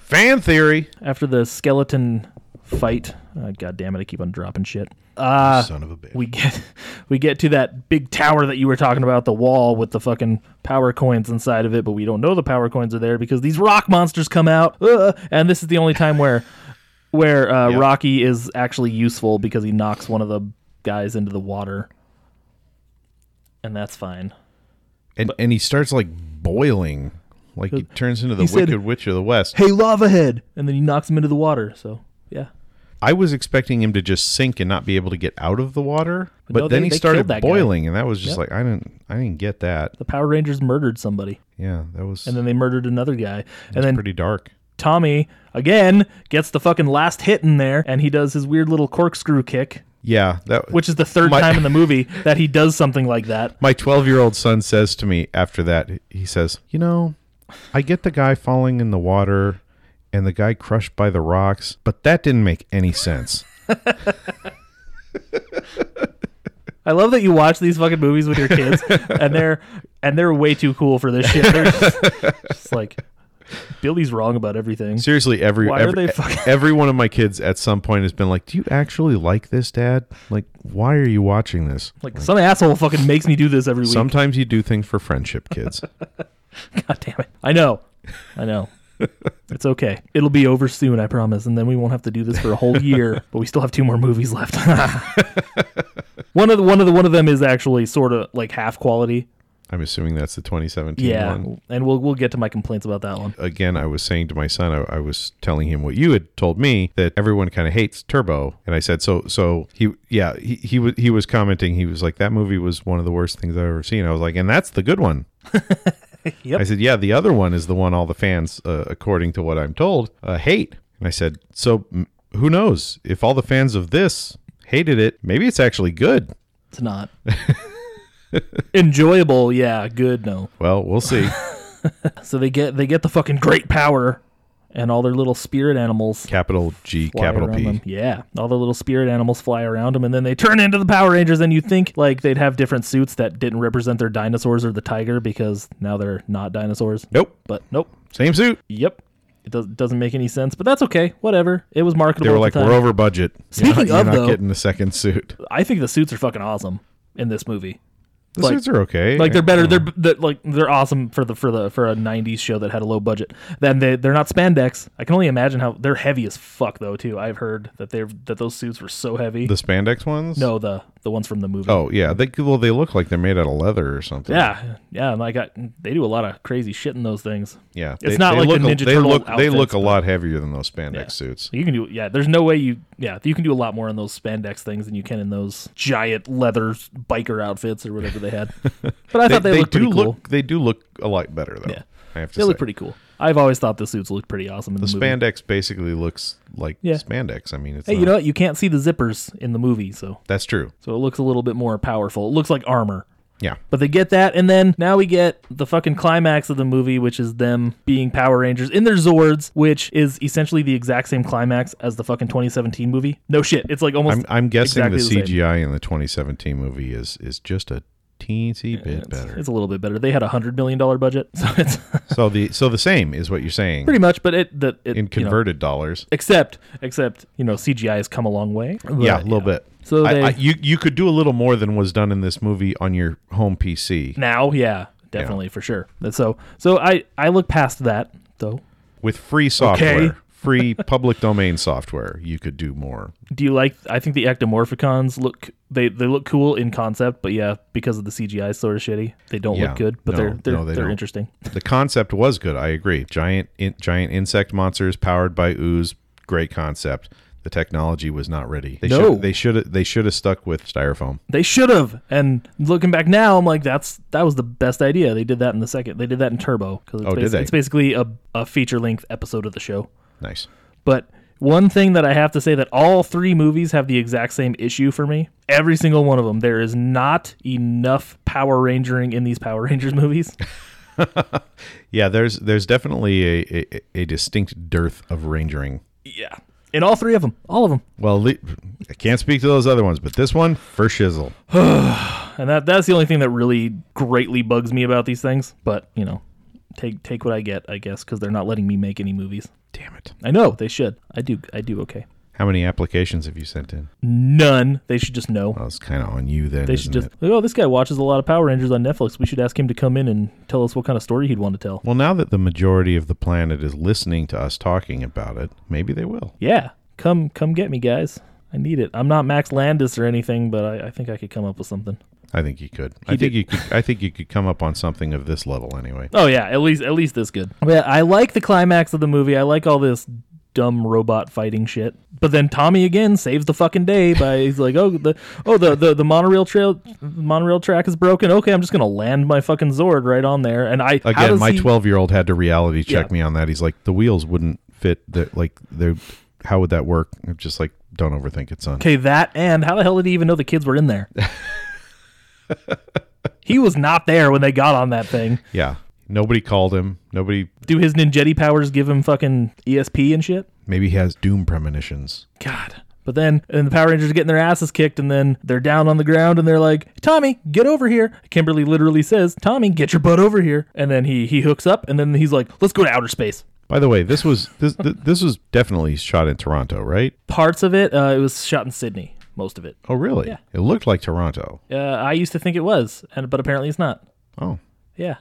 [SPEAKER 3] Fan theory,
[SPEAKER 2] after the skeleton fight uh, god damn it i keep on dropping shit
[SPEAKER 3] son of a bitch.
[SPEAKER 2] Uh, we get we get to that big tower that you were talking about the wall with the fucking power coins inside of it but we don't know the power coins are there because these rock monsters come out uh, and this is the only time where where uh, rocky is actually useful because he knocks one of the guys into the water and that's fine
[SPEAKER 3] and and he starts like boiling, like he turns into the
[SPEAKER 2] He said-
[SPEAKER 3] Wicked Witch of the West.
[SPEAKER 2] hey lava head and then he knocks him into the water so yeah
[SPEAKER 3] I was expecting him to just sink and not be able to get out of the water, but
[SPEAKER 2] no,
[SPEAKER 3] then
[SPEAKER 2] they-
[SPEAKER 3] he
[SPEAKER 2] they
[SPEAKER 3] started
[SPEAKER 2] killed that guy.
[SPEAKER 3] boiling, and that was just like I didn't, I didn't get that.
[SPEAKER 2] the power rangers murdered somebody
[SPEAKER 3] Yeah, that was
[SPEAKER 2] and then they murdered another guy and then
[SPEAKER 3] pretty dark.
[SPEAKER 2] Tommy again gets the fucking last hit in there, and he does his weird little corkscrew kick
[SPEAKER 3] Yeah, that
[SPEAKER 2] which is the third
[SPEAKER 3] My-
[SPEAKER 2] time in the movie that he does something like that.
[SPEAKER 3] my 12 year old son says to me after that, he says, You know, I get the guy falling in the water and the guy crushed by the rocks, but that didn't make any sense.
[SPEAKER 2] I love that you watch these fucking movies with your kids, and they're and they're way too cool for this shit. They're just, just like Billy's wrong about everything.
[SPEAKER 3] Seriously, every,
[SPEAKER 2] Why are
[SPEAKER 3] every,
[SPEAKER 2] they fucking-
[SPEAKER 3] every one of my kids at some point has been like, Do you actually like this, Dad? Like, why are you watching this?
[SPEAKER 2] Like some asshole fucking makes me do this every week.
[SPEAKER 3] Sometimes you do things for friendship, kids.
[SPEAKER 2] God damn it! I know, I know. It's okay. It'll be over soon, I promise, and then we won't have to do this for a whole year. but we still have two more movies left. one of the one of the one of them is actually sort of like half quality.
[SPEAKER 3] I'm assuming that's the 2017
[SPEAKER 2] Yeah,
[SPEAKER 3] one.
[SPEAKER 2] and we'll we'll get to my complaints about that one.
[SPEAKER 3] again, I was saying to my son, I, I was telling him what you had told me that everyone kind of hates Turbo, and I said, so, so he, yeah, he, he was, he was commenting, he was like, that movie was one of the worst things I've ever seen. I was like, and that's the good one.
[SPEAKER 2] Yep.
[SPEAKER 3] I said, yeah, the other one is the one all the fans, uh, according to what I'm told, uh, hate. And I said, so m- who knows if all the fans of this hated it, maybe it's actually good.
[SPEAKER 2] It's not enjoyable. Yeah, good. No.
[SPEAKER 3] Well, we'll see.
[SPEAKER 2] So they get they get the fucking great power and all their little spirit animals.
[SPEAKER 3] capital G,
[SPEAKER 2] fly
[SPEAKER 3] capital
[SPEAKER 2] around
[SPEAKER 3] P.
[SPEAKER 2] Them. Yeah, all the little spirit animals fly around them, and then they turn into the Power Rangers. And you think like they'd have different suits that didn't represent their dinosaurs or the tiger because now they're not dinosaurs.
[SPEAKER 3] Nope.
[SPEAKER 2] But nope.
[SPEAKER 3] Same suit.
[SPEAKER 2] Yep. It does, doesn't make any sense, but that's okay. Whatever. It was marketable.
[SPEAKER 3] They were
[SPEAKER 2] at
[SPEAKER 3] like,
[SPEAKER 2] the time.
[SPEAKER 3] we're over budget.
[SPEAKER 2] Speaking
[SPEAKER 3] you're
[SPEAKER 2] of,
[SPEAKER 3] not
[SPEAKER 2] though-
[SPEAKER 3] getting the second suit.
[SPEAKER 2] I think the suits are fucking awesome in this movie.
[SPEAKER 3] The
[SPEAKER 2] Like-
[SPEAKER 3] suits are okay. Mm-hmm.
[SPEAKER 2] Like they're better. They're, they're like they're awesome for the for the for a '90s show that had a low budget. Then they they're not spandex. I can only imagine how they're heavy as fuck though too. I've heard that they're that those suits were so heavy.
[SPEAKER 3] the spandex ones.
[SPEAKER 2] no, the the ones from the movie.
[SPEAKER 3] Oh yeah, they well they look like they're made out of leather or something.
[SPEAKER 2] Yeah, yeah. Like I, they do a lot of crazy shit in those things.
[SPEAKER 3] yeah.
[SPEAKER 2] It's not like the
[SPEAKER 3] look a-
[SPEAKER 2] Ninja
[SPEAKER 3] they
[SPEAKER 2] Turtle
[SPEAKER 3] look they
[SPEAKER 2] outfits,
[SPEAKER 3] look a
[SPEAKER 2] but-
[SPEAKER 3] lot heavier than those spandex
[SPEAKER 2] Yeah.
[SPEAKER 3] suits.
[SPEAKER 2] You can do yeah. There's no way you yeah. You can do a lot more in those spandex things than you can in those giant leather biker outfits or whatever they had. But I thought they, looked
[SPEAKER 3] do
[SPEAKER 2] pretty
[SPEAKER 3] look
[SPEAKER 2] cool.
[SPEAKER 3] they do look a lot better though.
[SPEAKER 2] Yeah.
[SPEAKER 3] I have to
[SPEAKER 2] They
[SPEAKER 3] say.
[SPEAKER 2] look pretty cool. I've always thought the suits looked pretty awesome in the,
[SPEAKER 3] the
[SPEAKER 2] movie.
[SPEAKER 3] spandex basically looks like
[SPEAKER 2] Yeah.
[SPEAKER 3] spandex. I mean, it's
[SPEAKER 2] Hey, you
[SPEAKER 3] not-
[SPEAKER 2] know what? You can't see the zippers in the movie, so
[SPEAKER 3] that's true.
[SPEAKER 2] so it looks a little bit more powerful. It looks like armor.
[SPEAKER 3] Yeah,
[SPEAKER 2] But they get that, and then now we get the fucking climax of the movie, which is them being Power Rangers in their Zords, which is essentially the exact same climax as the fucking 2017 movie. No shit, it's like almost.
[SPEAKER 3] I'm I'm guessing
[SPEAKER 2] exactly
[SPEAKER 3] the
[SPEAKER 2] same.
[SPEAKER 3] CGI in the 2017 movie is is just a teensy bit better.
[SPEAKER 2] It's a little bit better. They had a hundred million dollar budget, so it's
[SPEAKER 3] so the so the same is what you're saying
[SPEAKER 2] pretty much. But it that it,
[SPEAKER 3] in
[SPEAKER 2] you know,
[SPEAKER 3] converted dollars.
[SPEAKER 2] except except you know CGI has come a long way.
[SPEAKER 3] yeah, a
[SPEAKER 2] But,
[SPEAKER 3] little bit.
[SPEAKER 2] So
[SPEAKER 3] I-
[SPEAKER 2] they-
[SPEAKER 3] I- you you could do a little more than was done in this movie on your home PC
[SPEAKER 2] now, yeah, definitely for sure. And so so I I look past that though.
[SPEAKER 3] with free software, free public domain software. You could do more.
[SPEAKER 2] Do you like? I think the ectomorphicons look they they look cool in concept, but yeah, because of the CGI, sort of shitty. They don't
[SPEAKER 3] Yeah.
[SPEAKER 2] look good, but
[SPEAKER 3] No,
[SPEAKER 2] they're they're,
[SPEAKER 3] no, they
[SPEAKER 2] they are
[SPEAKER 3] don't.
[SPEAKER 2] interesting.
[SPEAKER 3] The concept was good. I agree. Giant in, giant insect monsters powered by ooze. Great concept. The technology was not ready. They
[SPEAKER 2] No.
[SPEAKER 3] should they should they should have stuck with styrofoam.
[SPEAKER 2] They should have. And looking back now, I'm like, that's that was the best idea. They did that in the second. They did that in Turbo because it's,
[SPEAKER 3] Oh, did they?
[SPEAKER 2] it's basically a, a feature length episode of the show.
[SPEAKER 3] Nice.
[SPEAKER 2] But one thing that I have to say that all three movies have the exact same issue for me. Every single one of them. There is not enough Power Rangering in these Power Rangers movies.
[SPEAKER 3] Yeah, there's there's definitely a, a, a distinct dearth of rangering.
[SPEAKER 2] yeah. In all three of them. All of them.
[SPEAKER 3] Well, le- I can't speak to those other ones, but this one for shizzle.
[SPEAKER 2] And that that's the only thing that really greatly bugs me about these things. But you know, take take what I get, I guess, because they're not letting me make any movies.
[SPEAKER 3] Damn it.
[SPEAKER 2] I know they should. I do. I do okay.
[SPEAKER 3] How many applications have you sent in?
[SPEAKER 2] None. They should just know.
[SPEAKER 3] Well, it's kind of on you then.
[SPEAKER 2] They
[SPEAKER 3] isn't
[SPEAKER 2] should just.
[SPEAKER 3] it?
[SPEAKER 2] Oh, this guy watches a lot of Power Rangers on Netflix. We should ask him to come in and tell us what kind of story he'd want to tell.
[SPEAKER 3] Well, now that the majority of the planet is listening to us talking about it, maybe they will.
[SPEAKER 2] Yeah, come come get me, guys. I need it. I'm not Max Landis or anything, but I, I think I could come up with something.
[SPEAKER 3] I think you could. I think you could. I think you could come up on something of this level anyway.
[SPEAKER 2] Oh yeah, at least at least this good. But yeah, I like the climax of the movie. I like all this dumb robot fighting shit. But then Tommy again saves the fucking day by he's like, oh the oh the the, the monorail trail monorail track is broken. Okay, I'm just gonna land my fucking Zord right on there. And I how
[SPEAKER 3] Again,
[SPEAKER 2] does
[SPEAKER 3] my
[SPEAKER 2] he-
[SPEAKER 3] twelve-year-old had to reality check
[SPEAKER 2] Yeah.
[SPEAKER 3] me on that. He's like, the wheels wouldn't fit. The like, they how would that work? I'm just like, Don't overthink it, son.
[SPEAKER 2] Okay, that and how the hell did he even know the kids were in there? he was not there when they got on that thing.
[SPEAKER 3] Yeah. Nobody called him. Nobody.
[SPEAKER 2] Do his ninjetti powers give him fucking ESP and shit?
[SPEAKER 3] Maybe he has doom premonitions.
[SPEAKER 2] God. But then, and the Power Rangers are getting their asses kicked, and then they're down on the ground, and they're like, "Tommy, get over here!" Kimberly literally says, "Tommy, get your butt over here!" And then he he hooks up, and then he's like, "Let's go to outer space."
[SPEAKER 3] By the way, this was this th- this was definitely shot in Toronto, right?
[SPEAKER 2] Parts of it, uh, it was shot in Sydney, most of it.
[SPEAKER 3] Oh, really?
[SPEAKER 2] Yeah.
[SPEAKER 3] It looked like Toronto.
[SPEAKER 2] Uh, I used to think it was, and but apparently it's not.
[SPEAKER 3] Oh,
[SPEAKER 2] Yeah.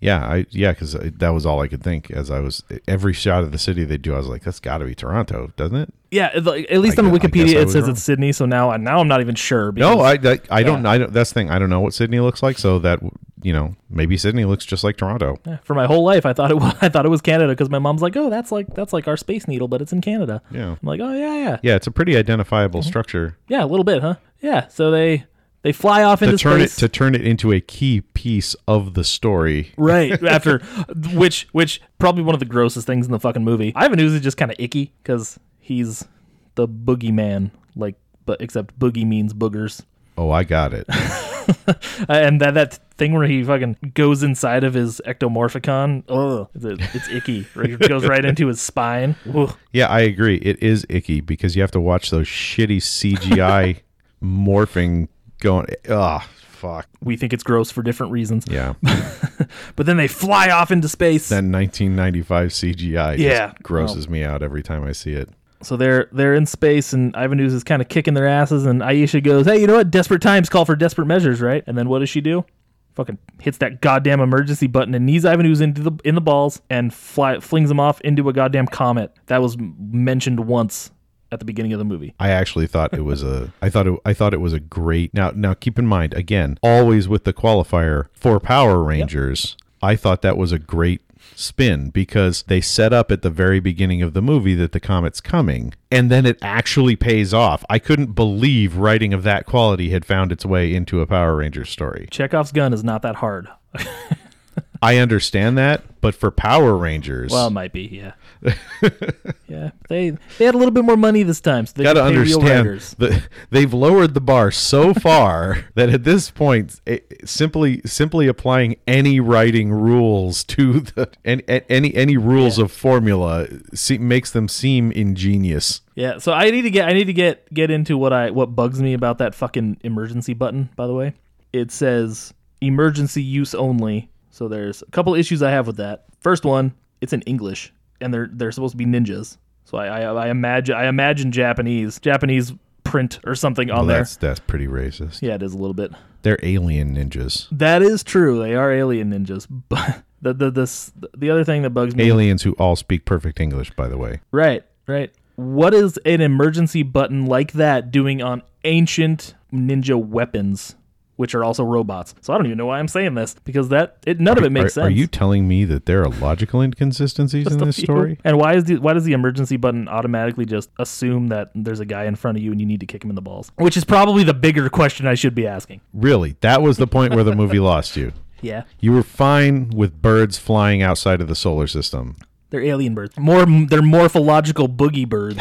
[SPEAKER 3] yeah, I yeah, because that was all I could think as I was every shot of the city they do. I was like, that's got to be Toronto, doesn't it?
[SPEAKER 2] Yeah, it's like- at least
[SPEAKER 3] I
[SPEAKER 2] on
[SPEAKER 3] gu- I guess
[SPEAKER 2] Wikipedia
[SPEAKER 3] I
[SPEAKER 2] it
[SPEAKER 3] was
[SPEAKER 2] says
[SPEAKER 3] wrong.
[SPEAKER 2] it's Sydney. So now, I- now I'm not even sure.
[SPEAKER 3] No,
[SPEAKER 2] because-
[SPEAKER 3] I I, I don't. I don't. That's the thing. I don't know what Sydney looks like. So that you know, maybe Sydney looks just like Toronto.
[SPEAKER 2] for my whole life I thought it was I thought it was Canada because my mom's like, oh, that's like that's like our space needle, but it's in Canada.
[SPEAKER 3] Yeah.
[SPEAKER 2] I'm like, oh yeah, yeah, yeah,
[SPEAKER 3] Yeah, it's a pretty identifiable
[SPEAKER 2] Mm-hmm.
[SPEAKER 3] structure.
[SPEAKER 2] a little bit, huh? Yeah. So they they fly off into
[SPEAKER 3] To turn it
[SPEAKER 2] space.
[SPEAKER 3] to turn it into a key piece of the story.
[SPEAKER 2] Right after, which which probably one of the grossest things in the fucking movie. Ivan Ooze is just kind of icky because he's the boogeyman, like, but except boogie means boogers.
[SPEAKER 3] Oh, I got it.
[SPEAKER 2] Uh, and that that thing where he fucking goes inside of his ectomorphicon. Ugh, it's, it's icky. Right, It goes right into his spine. Ugh.
[SPEAKER 3] Yeah, I agree. It is icky because you have to watch those shitty CGI morphing going. Ah, fuck.
[SPEAKER 2] We think it's gross for different reasons.
[SPEAKER 3] Yeah.
[SPEAKER 2] But then they fly off into space.
[SPEAKER 3] That 1995 CGI
[SPEAKER 2] Yeah. Oh.
[SPEAKER 3] just grosses me out every time I see it.
[SPEAKER 2] so they're they're in space, and Ivan Ooze is kind of kicking their asses. And Aisha goes, "Hey, you know what? Desperate times call for desperate measures, right?" And then what does she do? Fucking hits that goddamn emergency button and knees Ivan Ooze into the in the balls and fly flings him off into a goddamn comet that was m- mentioned once at the beginning of the movie.
[SPEAKER 3] I actually thought it was a. I thought it. I thought it was a great. Now, now keep in mind again, always with the qualifier for Power Rangers. I thought that was a great spin because they set up at the very beginning of the movie that the comet's coming, and then it actually pays off. I couldn't believe writing of that quality had found its way into a Power Rangers story.
[SPEAKER 2] Chekhov's gun is not that hard.
[SPEAKER 3] I understand that, but for Power Rangers,
[SPEAKER 2] Well, it might be, yeah. yeah, they they had a little bit more money this time, so they
[SPEAKER 3] got to
[SPEAKER 2] could pay real
[SPEAKER 3] understand
[SPEAKER 2] writers.
[SPEAKER 3] the, they've lowered the bar so far that at this point it, simply simply applying any writing rules to the and, and any any rules of formula eh, se- makes them seem ingenious
[SPEAKER 2] Yeah, so I need to get I need to get get into what I what bugs me about that fucking emergency button. By the way, it says emergency use only. So there's a couple issues I have with that. First one, it's in English, and they're they're supposed to be ninjas. So I I, I imagine I imagine Japanese Japanese print or something on
[SPEAKER 3] well,
[SPEAKER 2] there.
[SPEAKER 3] that's that's pretty racist
[SPEAKER 2] Yeah, it is a little bit.
[SPEAKER 3] they're alien ninjas
[SPEAKER 2] That is true. They are alien ninjas. But the the this the other thing that bugs me.
[SPEAKER 3] aliens who all speak perfect english by the way
[SPEAKER 2] Right, right. What is an emergency button like that doing on ancient ninja weapons, which are also robots? So I don't even know why I'm saying this because that it none of it makes
[SPEAKER 3] are,
[SPEAKER 2] sense.
[SPEAKER 3] are you telling me that there are logical inconsistencies in this story
[SPEAKER 2] And why is the why does the emergency button automatically just assume that there's a guy in front of you and you need to kick him in the balls? Which is probably the bigger question I should be asking.
[SPEAKER 3] really that was the point where the movie lost you
[SPEAKER 2] Yeah.
[SPEAKER 3] you were fine with birds flying outside of the solar system
[SPEAKER 2] They're alien birds. More they're morphological boogie birds.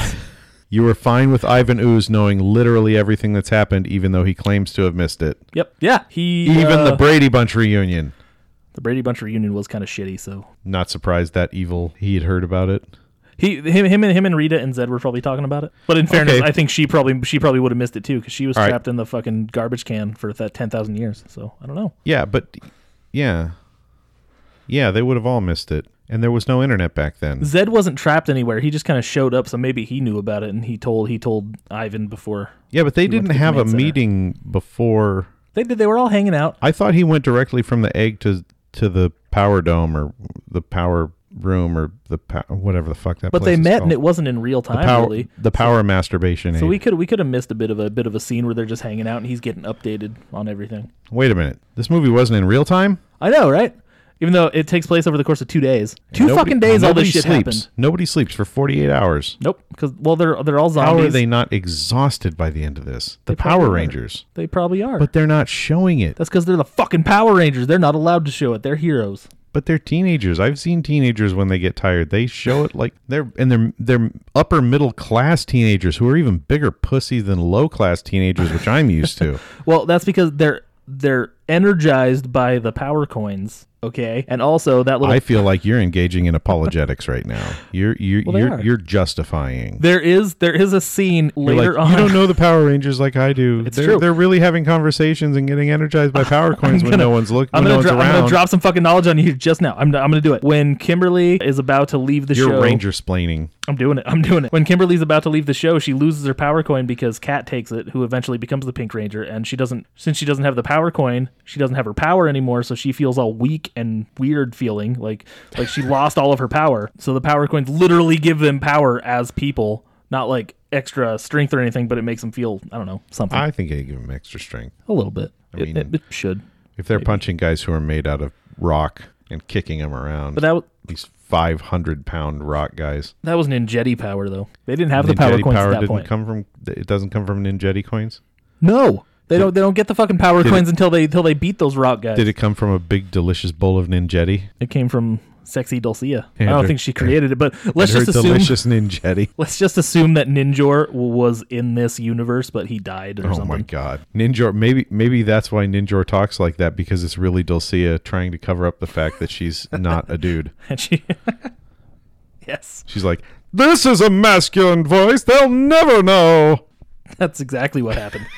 [SPEAKER 3] You were fine with Ivan Ooze knowing literally everything that's happened, even though he claims to have missed it.
[SPEAKER 2] yep. Yeah. He
[SPEAKER 3] Even
[SPEAKER 2] uh,
[SPEAKER 3] the Brady Bunch reunion.
[SPEAKER 2] the Brady Bunch reunion was kind of shitty, so
[SPEAKER 3] Not surprised that evil he had heard about it.
[SPEAKER 2] He, him, him, and him and Rita and Zed were probably talking about it. But in fairness, I think she probably she probably would have missed it too because she was
[SPEAKER 3] right.
[SPEAKER 2] trapped in the fucking garbage can for that ten thousand years. So I don't know.
[SPEAKER 3] Yeah, but yeah. Yeah, they would have all missed it. And there was no internet back then.
[SPEAKER 2] Zed wasn't trapped anywhere. He just kind of showed up, so maybe he knew about it and he told he told Ivan before.
[SPEAKER 3] Yeah, but they didn't
[SPEAKER 2] the
[SPEAKER 3] have a
[SPEAKER 2] command center.
[SPEAKER 3] meeting before.
[SPEAKER 2] They did. They were all hanging out.
[SPEAKER 3] I thought he went directly from the egg to to the power dome or the power room or the pow- whatever the fuck that
[SPEAKER 2] But
[SPEAKER 3] place
[SPEAKER 2] they
[SPEAKER 3] is
[SPEAKER 2] met
[SPEAKER 3] called.
[SPEAKER 2] and it wasn't in real time
[SPEAKER 3] power,
[SPEAKER 2] really.
[SPEAKER 3] the power masturbation.
[SPEAKER 2] So
[SPEAKER 3] aid.
[SPEAKER 2] we could we could have missed a bit of a bit of a scene where they're just hanging out and he's getting updated on everything.
[SPEAKER 3] Wait a minute. This movie wasn't in real time?
[SPEAKER 2] I know, right? Even though it takes place over the course of two days, two
[SPEAKER 3] Nobody-
[SPEAKER 2] fucking days, all
[SPEAKER 3] nobody
[SPEAKER 2] this shit
[SPEAKER 3] sleeps.
[SPEAKER 2] happened.
[SPEAKER 3] Nobody sleeps for 48 hours.
[SPEAKER 2] Nope, because well, they're they're all
[SPEAKER 3] How
[SPEAKER 2] zombies.
[SPEAKER 3] are they not exhausted by the end of this? The
[SPEAKER 2] They probably
[SPEAKER 3] Power
[SPEAKER 2] are.
[SPEAKER 3] Rangers.
[SPEAKER 2] They probably are.
[SPEAKER 3] But they're not showing it.
[SPEAKER 2] That's because they're the fucking Power Rangers. They're not allowed to show it. They're heroes.
[SPEAKER 3] But they're teenagers. I've seen teenagers when they get tired. They show it like they're and they're they're upper middle class teenagers who are even bigger pussies than low class teenagers, which I'm used to.
[SPEAKER 2] Well, that's because they're they're energized by the power coins, okay? And also that little
[SPEAKER 3] I feel like you're engaging in apologetics right now. You're you're
[SPEAKER 2] Well, they
[SPEAKER 3] you're,
[SPEAKER 2] are.
[SPEAKER 3] you're justifying.
[SPEAKER 2] there is there is a scene
[SPEAKER 3] You're
[SPEAKER 2] later
[SPEAKER 3] like,
[SPEAKER 2] on.
[SPEAKER 3] you don't know the Power Rangers like I do.
[SPEAKER 2] It's
[SPEAKER 3] they're,
[SPEAKER 2] true.
[SPEAKER 3] they're really having conversations and getting energized by power coins when
[SPEAKER 2] gonna-
[SPEAKER 3] no one's looking.
[SPEAKER 2] I'm gonna,
[SPEAKER 3] When no one's
[SPEAKER 2] dro- I'm
[SPEAKER 3] around.
[SPEAKER 2] gonna drop some fucking knowledge on you just now. I'm, I'm gonna do it. When Kimberly is about to leave the
[SPEAKER 3] you're
[SPEAKER 2] show,
[SPEAKER 3] ranger splaining.
[SPEAKER 2] I'm doing it. I'm doing it. When Kimberly's about to leave the show, she loses her power coin because Kat takes it, who eventually becomes the Pink Ranger. And she doesn't, since she doesn't have the power coin, she doesn't have her power anymore. So she feels all weak and weird, feeling like like she lost all of her power. So the power coins literally give them power as people, not like extra strength or anything, but it makes them feel I don't know something
[SPEAKER 3] I think they give them extra strength.
[SPEAKER 2] a little bit. It-
[SPEAKER 3] mean-
[SPEAKER 2] it, it should,
[SPEAKER 3] If they're punching guys who are made out of rock and kicking them around,
[SPEAKER 2] but that w-
[SPEAKER 3] these 500 pound rock guys.
[SPEAKER 2] that was Ninjetti power though. They didn't have the power
[SPEAKER 3] Ninjetti
[SPEAKER 2] coins at that
[SPEAKER 3] didn't
[SPEAKER 2] point.
[SPEAKER 3] come from. It doesn't come from Ninjetti coins.
[SPEAKER 2] no. They don't. They don't get the fucking power
[SPEAKER 3] Did it-
[SPEAKER 2] coins until they until they beat those rock guys.
[SPEAKER 3] Did it come from a big delicious bowl of Ninjetti?
[SPEAKER 2] It came from sexy Dulcia. I
[SPEAKER 3] Andrew.
[SPEAKER 2] don't think she created it, but
[SPEAKER 3] I
[SPEAKER 2] let's
[SPEAKER 3] heard
[SPEAKER 2] just assume
[SPEAKER 3] delicious Ninjetti.
[SPEAKER 2] let's just assume that Ninjor was in this universe, but he died or
[SPEAKER 3] Oh
[SPEAKER 2] something.
[SPEAKER 3] my god, Ninjor. Maybe maybe that's why Ninjor talks like that because it's really Dulcia trying to cover up the fact that she's not a dude.
[SPEAKER 2] And she, yes,
[SPEAKER 3] She's like, "This is a masculine voice. They'll never know."
[SPEAKER 2] that's exactly what happened.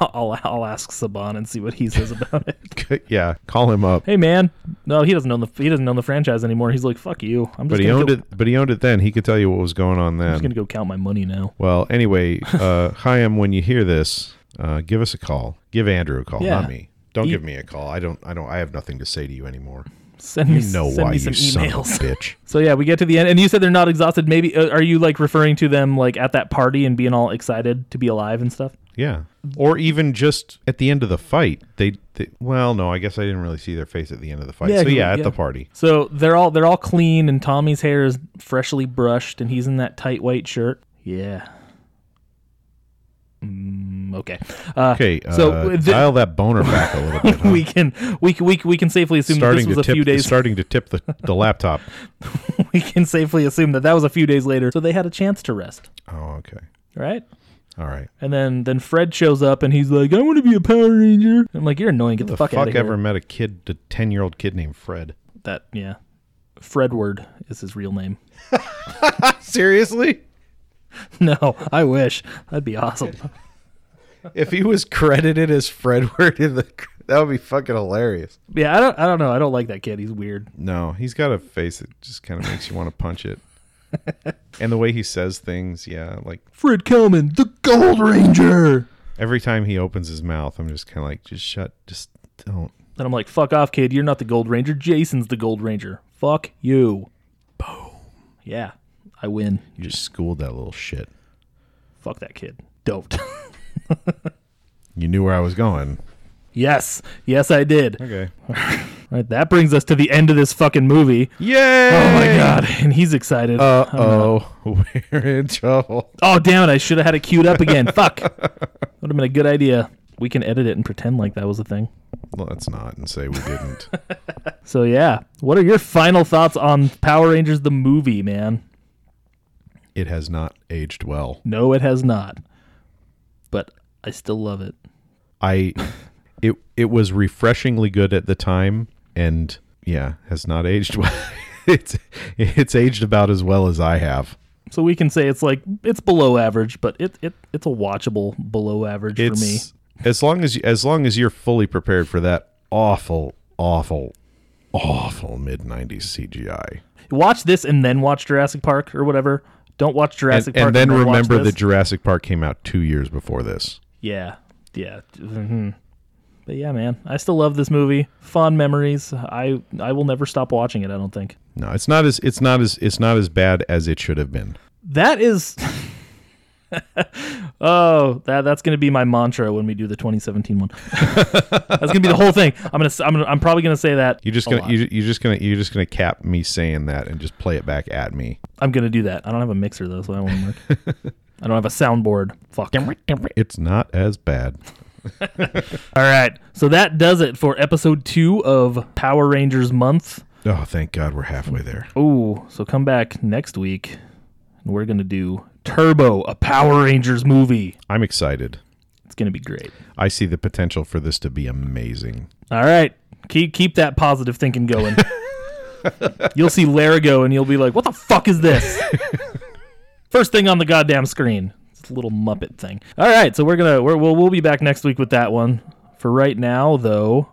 [SPEAKER 2] I'll I'll ask Saban and see what he says about it.
[SPEAKER 3] yeah, call him up.
[SPEAKER 2] Hey man, no, he doesn't own the he doesn't own the franchise anymore. He's like fuck you. I'm just
[SPEAKER 3] but he
[SPEAKER 2] gonna
[SPEAKER 3] owned
[SPEAKER 2] go,
[SPEAKER 3] it. But he owned it then. He could tell you what was going on then.
[SPEAKER 2] I'm just gonna go count my money now.
[SPEAKER 3] Well, anyway, uh, Chaim, when you hear this, uh, give us a call. Give Andrew a call,
[SPEAKER 2] Yeah.
[SPEAKER 3] not me. Don't
[SPEAKER 2] You-
[SPEAKER 3] give me a call. I don't. I don't. I have nothing to say to you anymore.
[SPEAKER 2] Send me
[SPEAKER 3] You know
[SPEAKER 2] send
[SPEAKER 3] why
[SPEAKER 2] me
[SPEAKER 3] you
[SPEAKER 2] some
[SPEAKER 3] son of a
[SPEAKER 2] emails.
[SPEAKER 3] bitch.
[SPEAKER 2] So yeah, we get to the end, and you said they're not exhausted. Maybe uh, are you like referring to them like at that party and being all excited to be alive and stuff?
[SPEAKER 3] Yeah. Or even just at the end of the fight, they. they well, no, I guess I didn't really see their face at the end of the fight.
[SPEAKER 2] Yeah,
[SPEAKER 3] so
[SPEAKER 2] you-
[SPEAKER 3] yeah, at
[SPEAKER 2] yeah.
[SPEAKER 3] the party.
[SPEAKER 2] So they're all they're all clean, and Tommy's hair is freshly brushed, and he's in that tight white shirt. Yeah. Mm, okay. Uh,
[SPEAKER 3] Okay. Uh,
[SPEAKER 2] So the-
[SPEAKER 3] dial that boner back a little bit. huh?
[SPEAKER 2] we can we can we can, we can safely assume that this was
[SPEAKER 3] starting to
[SPEAKER 2] a
[SPEAKER 3] tip.
[SPEAKER 2] few days.
[SPEAKER 3] Starting to tip the, the laptop.
[SPEAKER 2] we can safely assume that that was a few days later. So they had a chance to rest,
[SPEAKER 3] Oh, okay.
[SPEAKER 2] right?
[SPEAKER 3] All right.
[SPEAKER 2] And then then Fred shows up, and he's like, "I want to be a Power Ranger." I'm like, "You're annoying. Get the,
[SPEAKER 3] The
[SPEAKER 2] fuck,
[SPEAKER 3] fuck,
[SPEAKER 2] out of here."
[SPEAKER 3] ever met a kid, a ten year old kid named Fred?
[SPEAKER 2] that yeah fredward is his real name
[SPEAKER 3] Seriously.
[SPEAKER 2] no i wish that'd be awesome
[SPEAKER 3] if he was credited as Fredward in the that would be fucking hilarious.
[SPEAKER 2] yeah i don't i don't know i don't like that kid he's weird
[SPEAKER 3] No, he's got a face that just kind of makes you want to punch it. and the way he says things, yeah, like
[SPEAKER 2] fred Kelman, the gold ranger
[SPEAKER 3] every time he opens his mouth, I'm just kind of like, just shut, just don't.
[SPEAKER 2] then i'm like fuck off kid you're not the gold ranger jason's the gold ranger fuck you boom yeah i win
[SPEAKER 3] You just schooled that little shit.
[SPEAKER 2] fuck that kid don't
[SPEAKER 3] You knew where I was going.
[SPEAKER 2] yes yes i did All
[SPEAKER 3] Okay.
[SPEAKER 2] right that brings us to the end of this fucking movie
[SPEAKER 3] Yay!
[SPEAKER 2] oh my god and he's excited
[SPEAKER 3] Uh oh, we're in trouble.
[SPEAKER 2] Oh damn it! I should have had it queued up again. Fuck. Would have been a good idea. We can edit it and pretend like that was a thing.
[SPEAKER 3] Let's not and say we didn't.
[SPEAKER 2] So yeah, what are your final thoughts on Power Rangers the movie, man?
[SPEAKER 3] it has not aged well.
[SPEAKER 2] No, it has not, but I still love it.
[SPEAKER 3] I it it was refreshingly good at the time and yeah, has not aged well. it's it's aged about as well as I have.
[SPEAKER 2] So we can say it's like it's below average, but it, it it's a watchable below average
[SPEAKER 3] It's
[SPEAKER 2] for me.
[SPEAKER 3] as long as you, as long as you're fully prepared for that awful awful awful mid 90s CGI.
[SPEAKER 2] Watch this and then watch Jurassic Park or whatever. Don't watch
[SPEAKER 3] And,
[SPEAKER 2] Jurassic Park
[SPEAKER 3] and then
[SPEAKER 2] watch
[SPEAKER 3] remember
[SPEAKER 2] this.
[SPEAKER 3] that Jurassic Park came out 2 years before this.
[SPEAKER 2] Yeah, yeah. hmm But yeah, man, I still love this movie. Fond memories. I I will never stop watching it. I don't think
[SPEAKER 3] No, it's not as it's not as it's not as bad as it should have been.
[SPEAKER 2] that is. oh, that that's gonna be my mantra when we do the 2017 one. that's gonna be the whole thing. I'm gonna s- I'm gonna, I'm probably gonna say that.
[SPEAKER 3] You're just
[SPEAKER 2] a
[SPEAKER 3] going
[SPEAKER 2] lot.
[SPEAKER 3] to you're just going to you're just going to cap me saying that and just play it back at me.
[SPEAKER 2] I'm gonna do that. I don't have a mixer though, so that won't work. I don't have a soundboard. Fuck.
[SPEAKER 3] It's not as bad.
[SPEAKER 2] All right. So that does it for episode two of Power Rangers Month.
[SPEAKER 3] Oh, thank God we're halfway there.
[SPEAKER 2] Ooh, so come back next week and we're going to do Turbo, a Power Rangers movie.
[SPEAKER 3] I'm excited.
[SPEAKER 2] It's going to be great.
[SPEAKER 3] I see the potential for this to be amazing.
[SPEAKER 2] All right. Keep keep that positive thinking going. you'll see Larigo and you'll be like, "What the fuck is this?" First thing on the goddamn screen. It's a little muppet thing. All right, so we're going to we're, we'll we'll be back next week with that one. For right now, though,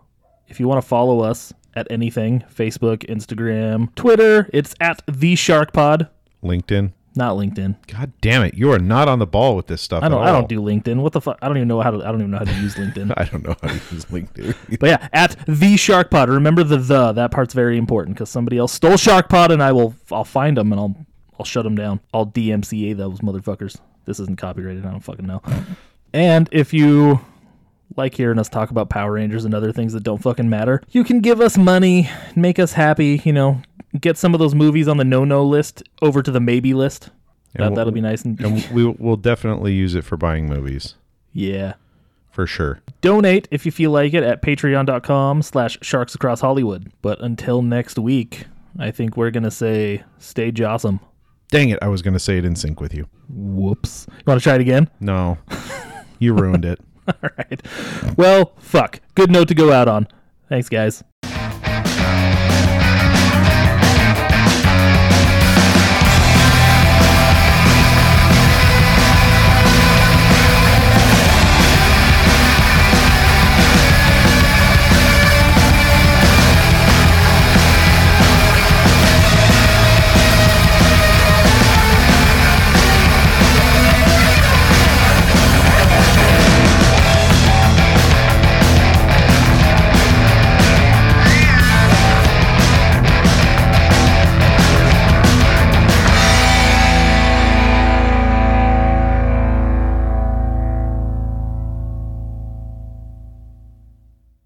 [SPEAKER 2] if you want to follow us at anything, Facebook, Instagram, Twitter, it's at the Shark Pod,
[SPEAKER 3] LinkedIn.
[SPEAKER 2] not LinkedIn.
[SPEAKER 3] God damn it! You are not on the ball with this stuff.
[SPEAKER 2] I don't
[SPEAKER 3] At all.
[SPEAKER 2] I don't do LinkedIn. What the fuck? I don't even know how to I don't even know how to use LinkedIn.
[SPEAKER 3] I don't know how to use LinkedIn.
[SPEAKER 2] But yeah, at the Shark Pod. Remember the the. That part's very important because somebody else stole Shark Pod, and I will I'll find them and I'll I'll shut them down. I'll DMCA those motherfuckers. This isn't copyrighted. I don't fucking know. and if you like hearing us talk about Power Rangers and other things that don't fucking matter, you can give us money, make us happy. You know, get some of those movies on the no no list over to the maybe list. That,
[SPEAKER 3] we'll-
[SPEAKER 2] that'll be nice and,
[SPEAKER 3] and we will definitely use it for buying movies
[SPEAKER 2] yeah.
[SPEAKER 3] for sure.
[SPEAKER 2] donate if you feel like it at patreon.com slash sharks across hollywood but until next week i think we're gonna say stay jawsome
[SPEAKER 3] Dang it! I was going to say it in sync with you.
[SPEAKER 2] whoops you want to try it again
[SPEAKER 3] No, you ruined it.
[SPEAKER 2] all right well fuck good note to go out on thanks guys